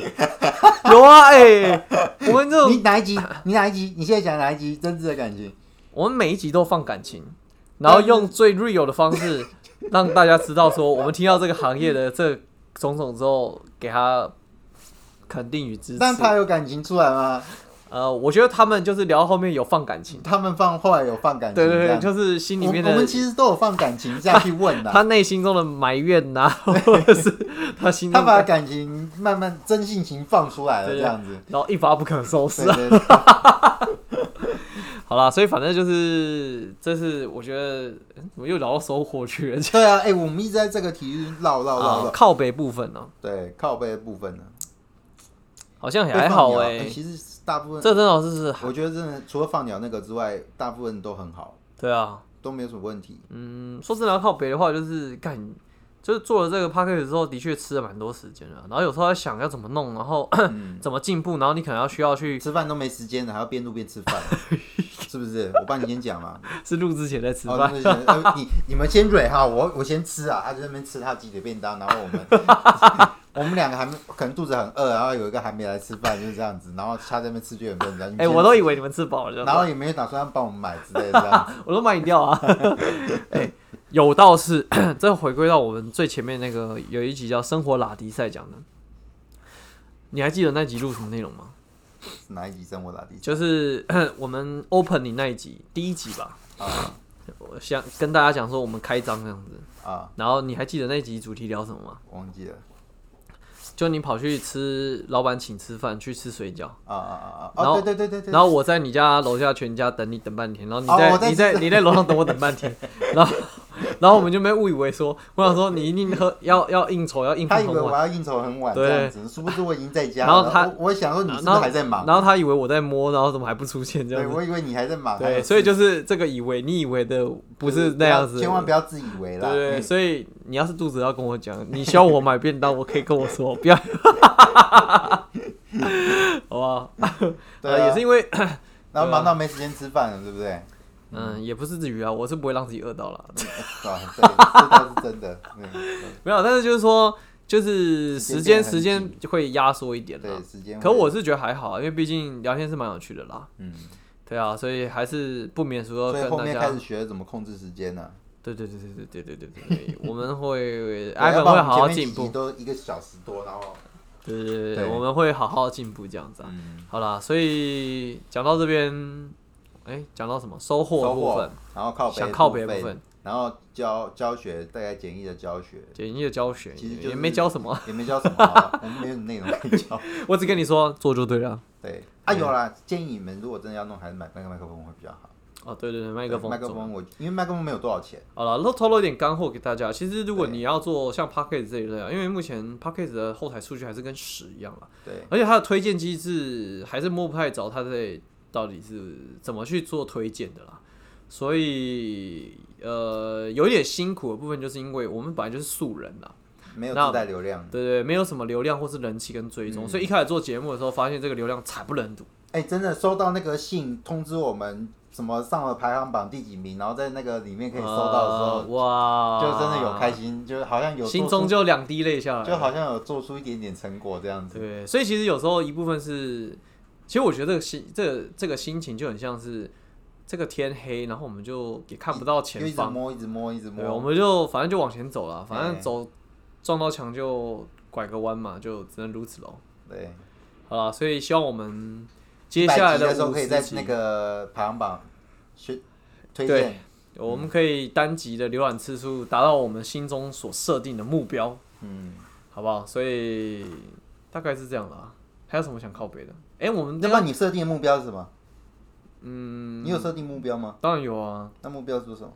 Speaker 1: 有啊，哎、 [laughs] 我们这种
Speaker 2: 你哪一集？你哪一集？你现在讲哪一集真挚的感情？
Speaker 1: 我们每一集都放感情，然后用最 real 的方
Speaker 2: [laughs]
Speaker 1: 式让大家知道说，我们听到这个行业的这种种之后，给他肯定与支持。
Speaker 2: 但他有感情出来吗？
Speaker 1: 呃，我觉得他们就是聊到后面有放感情，
Speaker 2: 他们放后来有放感情这
Speaker 1: 对对
Speaker 2: 样，
Speaker 1: 对，就是心里面
Speaker 2: 我我
Speaker 1: 的
Speaker 2: 们其实都有放感情这样去问的。
Speaker 1: 他内心中的埋怨呐、或者是他心
Speaker 2: 他
Speaker 1: 中
Speaker 2: 把
Speaker 1: 的，
Speaker 2: 感情慢慢真性情放出来了，
Speaker 1: 对
Speaker 2: 这
Speaker 1: 对
Speaker 2: 样子。
Speaker 1: 然后一发不可收拾
Speaker 2: 对
Speaker 1: 啊。
Speaker 2: 对对，
Speaker 1: 好啦，所以反正就是，这是我觉得嗯怎么又聊到收获去了？
Speaker 2: 对啊，哎、我们一直在这个题绕绕绕
Speaker 1: 啊，
Speaker 2: 绕，
Speaker 1: 靠北部分呢、
Speaker 2: 对靠背的部分呢，
Speaker 1: 好像也
Speaker 2: 被
Speaker 1: 还
Speaker 2: 放
Speaker 1: 好
Speaker 2: 鸟
Speaker 1: 哎、
Speaker 2: 哎其实大部分
Speaker 1: 这真的是是，
Speaker 2: 我觉得真的除了放鸟那个之外，大部分都很好，
Speaker 1: 对啊，
Speaker 2: 都没有什
Speaker 1: [laughs]
Speaker 2: 么问题。
Speaker 1: 嗯，说真的，靠北的话就是干，就是做了这个 p a c k a g e 之后，的确吃了蛮多时间的。然后有时候在想要怎么弄，然后 [coughs] 怎么进步，然后你可能要需要去
Speaker 2: 嗯吃饭都没时间了，还要边录边吃饭，是不是？我帮你先讲嘛。
Speaker 1: 是录之前再吃
Speaker 2: 哦
Speaker 1: 饭，，
Speaker 2: 那个呃你你们先蕊哈，我我先吃啊，他在那边吃他自己的便当，然后我们 [laughs] 我们两个还没可能肚子很饿，然后有一个还没来吃饭，就是这样子，然后他在那边吃就很便当。你
Speaker 1: [laughs] 哎、
Speaker 2: 先
Speaker 1: 我都以为你们吃饱了，
Speaker 2: 然后也没有打算帮我们买之类的这样
Speaker 1: [laughs]
Speaker 2: 子。
Speaker 1: 我都买饮料啊。哎、有道是，这回归到我们最前面那个有一集叫《生活拉迪赛》讲的，你还记得那集录什么内容吗？
Speaker 2: 哪一集生活打地基
Speaker 1: 就是 [coughs] 我们 opening 那一集第一集吧，
Speaker 2: 啊
Speaker 1: 我想跟大家讲说我们开张这样子。
Speaker 2: 啊？
Speaker 1: 然后你还记得那集主题聊什么吗？
Speaker 2: 我忘记了
Speaker 1: 就你跑去吃老板请吃饭，去吃水饺，
Speaker 2: 啊啊啊啊！
Speaker 1: 然后
Speaker 2: 哦，对对对对对。
Speaker 1: 然后我在你家楼下全家等你等半天，然后你
Speaker 2: 哦
Speaker 1: 在、
Speaker 2: 我在
Speaker 1: 你在你在楼上等我等半
Speaker 2: [laughs]
Speaker 1: 天，然后然后我们就没误以为说，我想说你一定喝要要应酬要应酬
Speaker 2: 他以
Speaker 1: 很
Speaker 2: 为我
Speaker 1: 晚，
Speaker 2: 要应酬很晚
Speaker 1: 对
Speaker 2: 这样子，殊不知我已经在家
Speaker 1: 然后
Speaker 2: 了。
Speaker 1: 他
Speaker 2: 我我想说你是
Speaker 1: 然
Speaker 2: 不是
Speaker 1: 后
Speaker 2: 还在忙？
Speaker 1: 然后他以为我在摸，然后怎么还不出现这
Speaker 2: 对，
Speaker 1: 样子？
Speaker 2: 我以为你还在忙。还
Speaker 1: 对，
Speaker 2: 有
Speaker 1: 所以
Speaker 2: 事
Speaker 1: 就是这个以为你以为的不是那样子，
Speaker 2: 千万不要自以为啦。
Speaker 1: 对对对，
Speaker 2: 嗯
Speaker 1: 所以你要是肚子要跟我讲，你需要我买便当，我可以跟我说，
Speaker 2: [laughs]
Speaker 1: 不要， [laughs] 好不好？呃
Speaker 2: 对
Speaker 1: 也
Speaker 2: 啊
Speaker 1: 是啊因为，
Speaker 2: 然后忙到没时间吃饭了，对不对？
Speaker 1: 嗯，也不是至于啊，我是不会让自己饿到了，
Speaker 2: [laughs] 啊，对，这倒是真的。嗯，
Speaker 1: 没有，但是就是说，就是时
Speaker 2: 时
Speaker 1: 间
Speaker 2: 间
Speaker 1: 时间会压缩一点啦
Speaker 2: 对，。时间会。
Speaker 1: 可我是觉得还好啊，因为毕竟聊天是蛮有趣的啦，
Speaker 2: 嗯，
Speaker 1: 对啊，所以还是不免俗要
Speaker 2: 所以
Speaker 1: 呃跟
Speaker 2: 后
Speaker 1: 大
Speaker 2: 面开
Speaker 1: 家
Speaker 2: 始，学怎么控制时间呢？
Speaker 1: 对对对对对对对对对，我们会
Speaker 2: 对
Speaker 1: 艾文
Speaker 2: 要不
Speaker 1: 会
Speaker 2: 然
Speaker 1: 好
Speaker 2: 我
Speaker 1: 好
Speaker 2: 们前面
Speaker 1: 进
Speaker 2: 几集
Speaker 1: 步，
Speaker 2: 都一个小时多，然后
Speaker 1: 对对对对，
Speaker 2: 对
Speaker 1: 我们会好好进步这样子啊。
Speaker 2: 嗯，
Speaker 1: 好啦，所以讲到这边，哎、讲到什么收获的
Speaker 2: 收
Speaker 1: 部
Speaker 2: 获
Speaker 1: 分，，
Speaker 2: 然后靠北的
Speaker 1: 想靠北
Speaker 2: 部
Speaker 1: 的部
Speaker 2: 分
Speaker 1: 分，
Speaker 2: 然后教教学，大概简易的
Speaker 1: [laughs]
Speaker 2: 教学，
Speaker 1: 简易的教学
Speaker 2: 其实
Speaker 1: 也
Speaker 2: 就是
Speaker 1: 也没教什么，
Speaker 2: 也没教什么好吧，我们没有内容可以教。
Speaker 1: 我只跟你说做就对了。
Speaker 2: 对，
Speaker 1: 嗯
Speaker 2: 啊有啦，建议你们如果真的要弄，还是买那个麦克风会比较好。
Speaker 1: 哦，对对对，麦克风
Speaker 2: 麦克
Speaker 1: 重要。
Speaker 2: 风我因为麦克风没有多少钱，
Speaker 1: 好了，都透露一点干货给大家。其实如果
Speaker 2: 对
Speaker 1: 你要做像 p a c k a g e 这一类啊，因为目前 p a c k a g e 的后台数据还是跟屎一样啦，
Speaker 2: 对，
Speaker 1: 而且它的推荐机制还是摸不太着它在到底是怎么去做推荐的啦。所以呃，有一点辛苦的部分，就是因为我们本来就是素人啦。
Speaker 2: 没有
Speaker 1: 那
Speaker 2: 自带流量。
Speaker 1: 对对，没有什么流量或是人气跟追
Speaker 2: 嗯
Speaker 1: 踪，所以一开始做节目的时候，发现这个流量惨不忍睹。
Speaker 2: 哎，真的收到那个信通知我们什么上了排行榜第几名，然后在那个里面可以收到的时候，
Speaker 1: 啊哇，
Speaker 2: 就真的有开心，就好像有
Speaker 1: 心
Speaker 2: 做
Speaker 1: 中
Speaker 2: 出
Speaker 1: 就两滴泪下来。
Speaker 2: 就好像有做出一点点成果这样子。
Speaker 1: 对，所以其实有时候一部分是，其实我觉得这个心，这个这个心情就很像是这个天黑，然后我们就也看不到
Speaker 2: 就
Speaker 1: 前
Speaker 2: 一直
Speaker 1: 方，
Speaker 2: 摸，一直摸，一直
Speaker 1: 对，我
Speaker 2: 摸。
Speaker 1: 们就反正就往前走了，反正
Speaker 2: 哎
Speaker 1: 走撞到墙就拐个弯嘛，就只能如此喽。
Speaker 2: 对，
Speaker 1: 好啦，所以希望我们接下来
Speaker 2: 100集的时候
Speaker 1: 五
Speaker 2: 可以
Speaker 1: 十
Speaker 2: 在
Speaker 1: 集
Speaker 2: 那个排行榜学推
Speaker 1: 对
Speaker 2: 荐。
Speaker 1: 我们可以单集的浏览次数达到我们心中所设定的目标，
Speaker 2: 嗯，
Speaker 1: 好不好？所以大概是这样啦。还有什么想靠北的？哎、我们这
Speaker 2: 那么
Speaker 1: 样
Speaker 2: 你设定的目标是什么？
Speaker 1: 嗯，
Speaker 2: 你有设定目标吗？
Speaker 1: 当然有啊。
Speaker 2: 那目标是什么？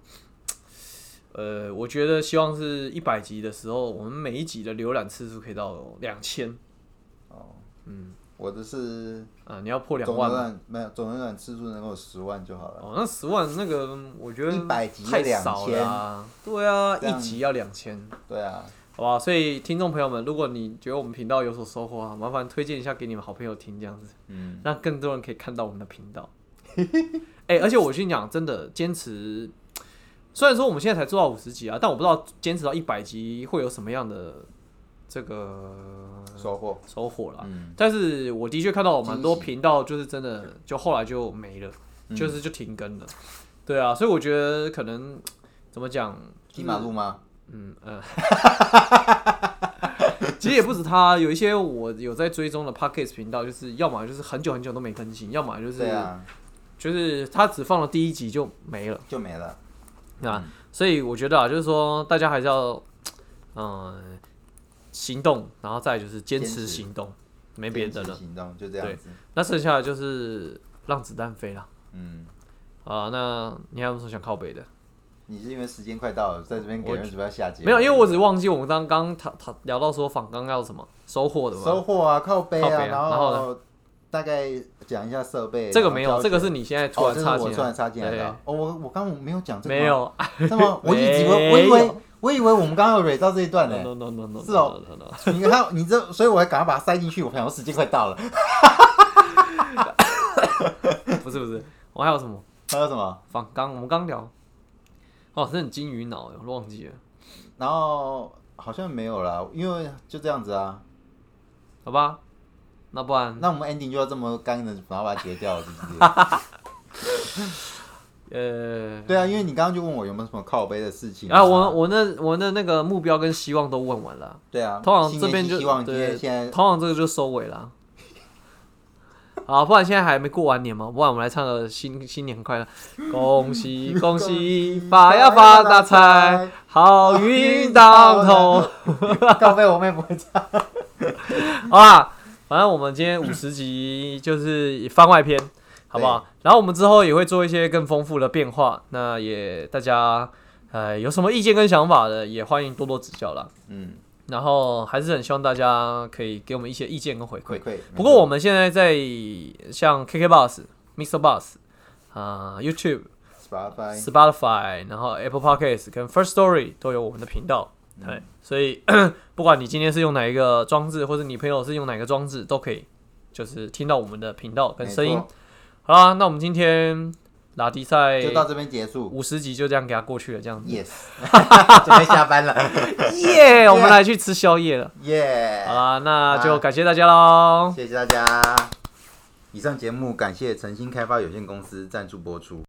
Speaker 1: 呃，我觉得希望是一百集的时候，我们每一集的浏览次数可以到两千
Speaker 2: 哦，
Speaker 1: 嗯，
Speaker 2: 我的是
Speaker 1: 啊，你要破两
Speaker 2: 总
Speaker 1: 万
Speaker 2: 浏
Speaker 1: 嘛
Speaker 2: 览没有总浏览次数能够十万就好了。
Speaker 1: 哦，那十万那个我觉得
Speaker 2: 100集
Speaker 1: 太
Speaker 2: 2000
Speaker 1: 少了啊、对啊，
Speaker 2: 这样
Speaker 1: 一集要两千，
Speaker 2: 对啊，
Speaker 1: 好吧，所以听众朋友们，如果你觉得我们频道有所收获啊，麻烦推荐一下给你们好朋友听，这样子
Speaker 2: 嗯，
Speaker 1: 让更多人可以看到我们的频道。哎、而且我跟你讲，真的坚持，虽然说我们现在才做到五十集啊，但我不知道坚持到一百集会有什么样的这个
Speaker 2: 收获。
Speaker 1: 收获啦。
Speaker 2: 嗯，
Speaker 1: 但是我的确看到我蛮多
Speaker 2: 惊喜
Speaker 1: 频道就是真的，就后来就没了，
Speaker 2: 嗯
Speaker 1: 就是就停更了。对啊，所以我觉得可能怎么讲，
Speaker 2: 踢马路吗？
Speaker 1: 嗯呃， [laughs] 其实也不止他，有一些我有在追踪的 podcast 频道，就是要么就是很久很久都没更新，要么就是、
Speaker 2: 对啊，
Speaker 1: 就是他只放了第一集就没了
Speaker 2: 就没了。
Speaker 1: 啊。所以我觉得啊，就是说大家还是要嗯、行动，然后再来就是坚
Speaker 2: 坚
Speaker 1: 持
Speaker 2: 持
Speaker 1: 行动，没别的
Speaker 2: 坚持
Speaker 1: 了。
Speaker 2: 行动就这样子。
Speaker 1: 那剩下的就是让子弹飞了
Speaker 2: 嗯，
Speaker 1: 啊。那你还有什么想靠北的？
Speaker 2: 你是因为时间快到了，在这边给人主要下节目
Speaker 1: 没有，因为我只忘记我们刚刚讨讨聊到说访刚要什么收获的嘛。
Speaker 2: 收获啊，靠背
Speaker 1: 靠背
Speaker 2: 啊，
Speaker 1: 啊
Speaker 2: 然
Speaker 1: 然后
Speaker 2: 后大概讲一下设备。
Speaker 1: 这个
Speaker 2: 然后
Speaker 1: 没有，
Speaker 2: 教
Speaker 1: 这个
Speaker 2: 学
Speaker 1: 是你现在突
Speaker 2: 哦，
Speaker 1: 然
Speaker 2: 这是
Speaker 1: 插
Speaker 2: 我
Speaker 1: 进
Speaker 2: 突然插进来
Speaker 1: 对
Speaker 2: 的啊。哦，我我刚刚没有讲这个吗，
Speaker 1: 没有 [laughs]
Speaker 2: 是吗？我一直以为我
Speaker 1: 没
Speaker 2: 以
Speaker 1: 有
Speaker 2: 为我以为我们刚刚有蕊到这一段呢。
Speaker 1: ，no no no no，
Speaker 2: 是哦
Speaker 1: no, no, no, no，
Speaker 2: 你看，你这，所以我还赶快把它塞进去。我想说时间快到了，
Speaker 1: [laughs] 不是不是，我还有什么
Speaker 2: 还有什么？
Speaker 1: 仿刚，我们刚聊，哦，真的很金鱼脑，我忘记了，
Speaker 2: 然后好像没有啦，因为就这样子啊。
Speaker 1: 好吧，那不然
Speaker 2: 那我们 ending 就要这么干的，然后把它截掉，是不是？ [laughs]
Speaker 1: 呃，
Speaker 2: 对啊，因为你刚刚就问我有没有什么靠背的事情
Speaker 1: 啊，我我那我那那个目标跟希望都问完了，
Speaker 2: 对啊，
Speaker 1: 通常
Speaker 2: 新
Speaker 1: 这
Speaker 2: 年
Speaker 1: 边
Speaker 2: 新
Speaker 1: 就
Speaker 2: 希望今
Speaker 1: 对
Speaker 2: 天现在
Speaker 1: 通常这个就收尾了。 [laughs] 好，不然现在还没过完年嘛，不然我们来唱个新新年 [laughs] 快乐，恭喜恭喜发呀发大财，，好运当头。
Speaker 2: 靠背我妹不会唱。
Speaker 1: [laughs] 好啦，反正我们今天五十集就是番外篇，好不好？然后我们之后也会做一些更丰富的变化，那也大家呃有什么意见跟想法的，也欢迎多多指教啦。
Speaker 2: [laughs] 嗯，
Speaker 1: 然后还是很希望大家可以给我们一些意见跟回
Speaker 2: 回
Speaker 1: 馈。
Speaker 2: 馈。
Speaker 1: 不过我们现在在像 KK Bus、Mr. Bus 啊、YouTube、
Speaker 2: Spotify
Speaker 1: Spotify，然后 Apple Podcasts 跟 First Story 都有我们的频道。对，所以 [coughs] 不管你今天是用哪一个装置，或者你朋友是用哪个装置，都可以就是听到我们的频道跟声音
Speaker 2: 没。
Speaker 1: 好啦，那我们今天拉迪赛
Speaker 2: 就到这边结束。
Speaker 1: 五十集就这样给它过去了，这样子。 [laughs]
Speaker 2: Yes，准备下班了，
Speaker 1: 耶，我们来去吃宵夜了。
Speaker 2: 耶、
Speaker 1: 好啦，那就感谢大家喽。
Speaker 2: 谢谢大家。以上节目感谢诚心开发有限公司赞助播出。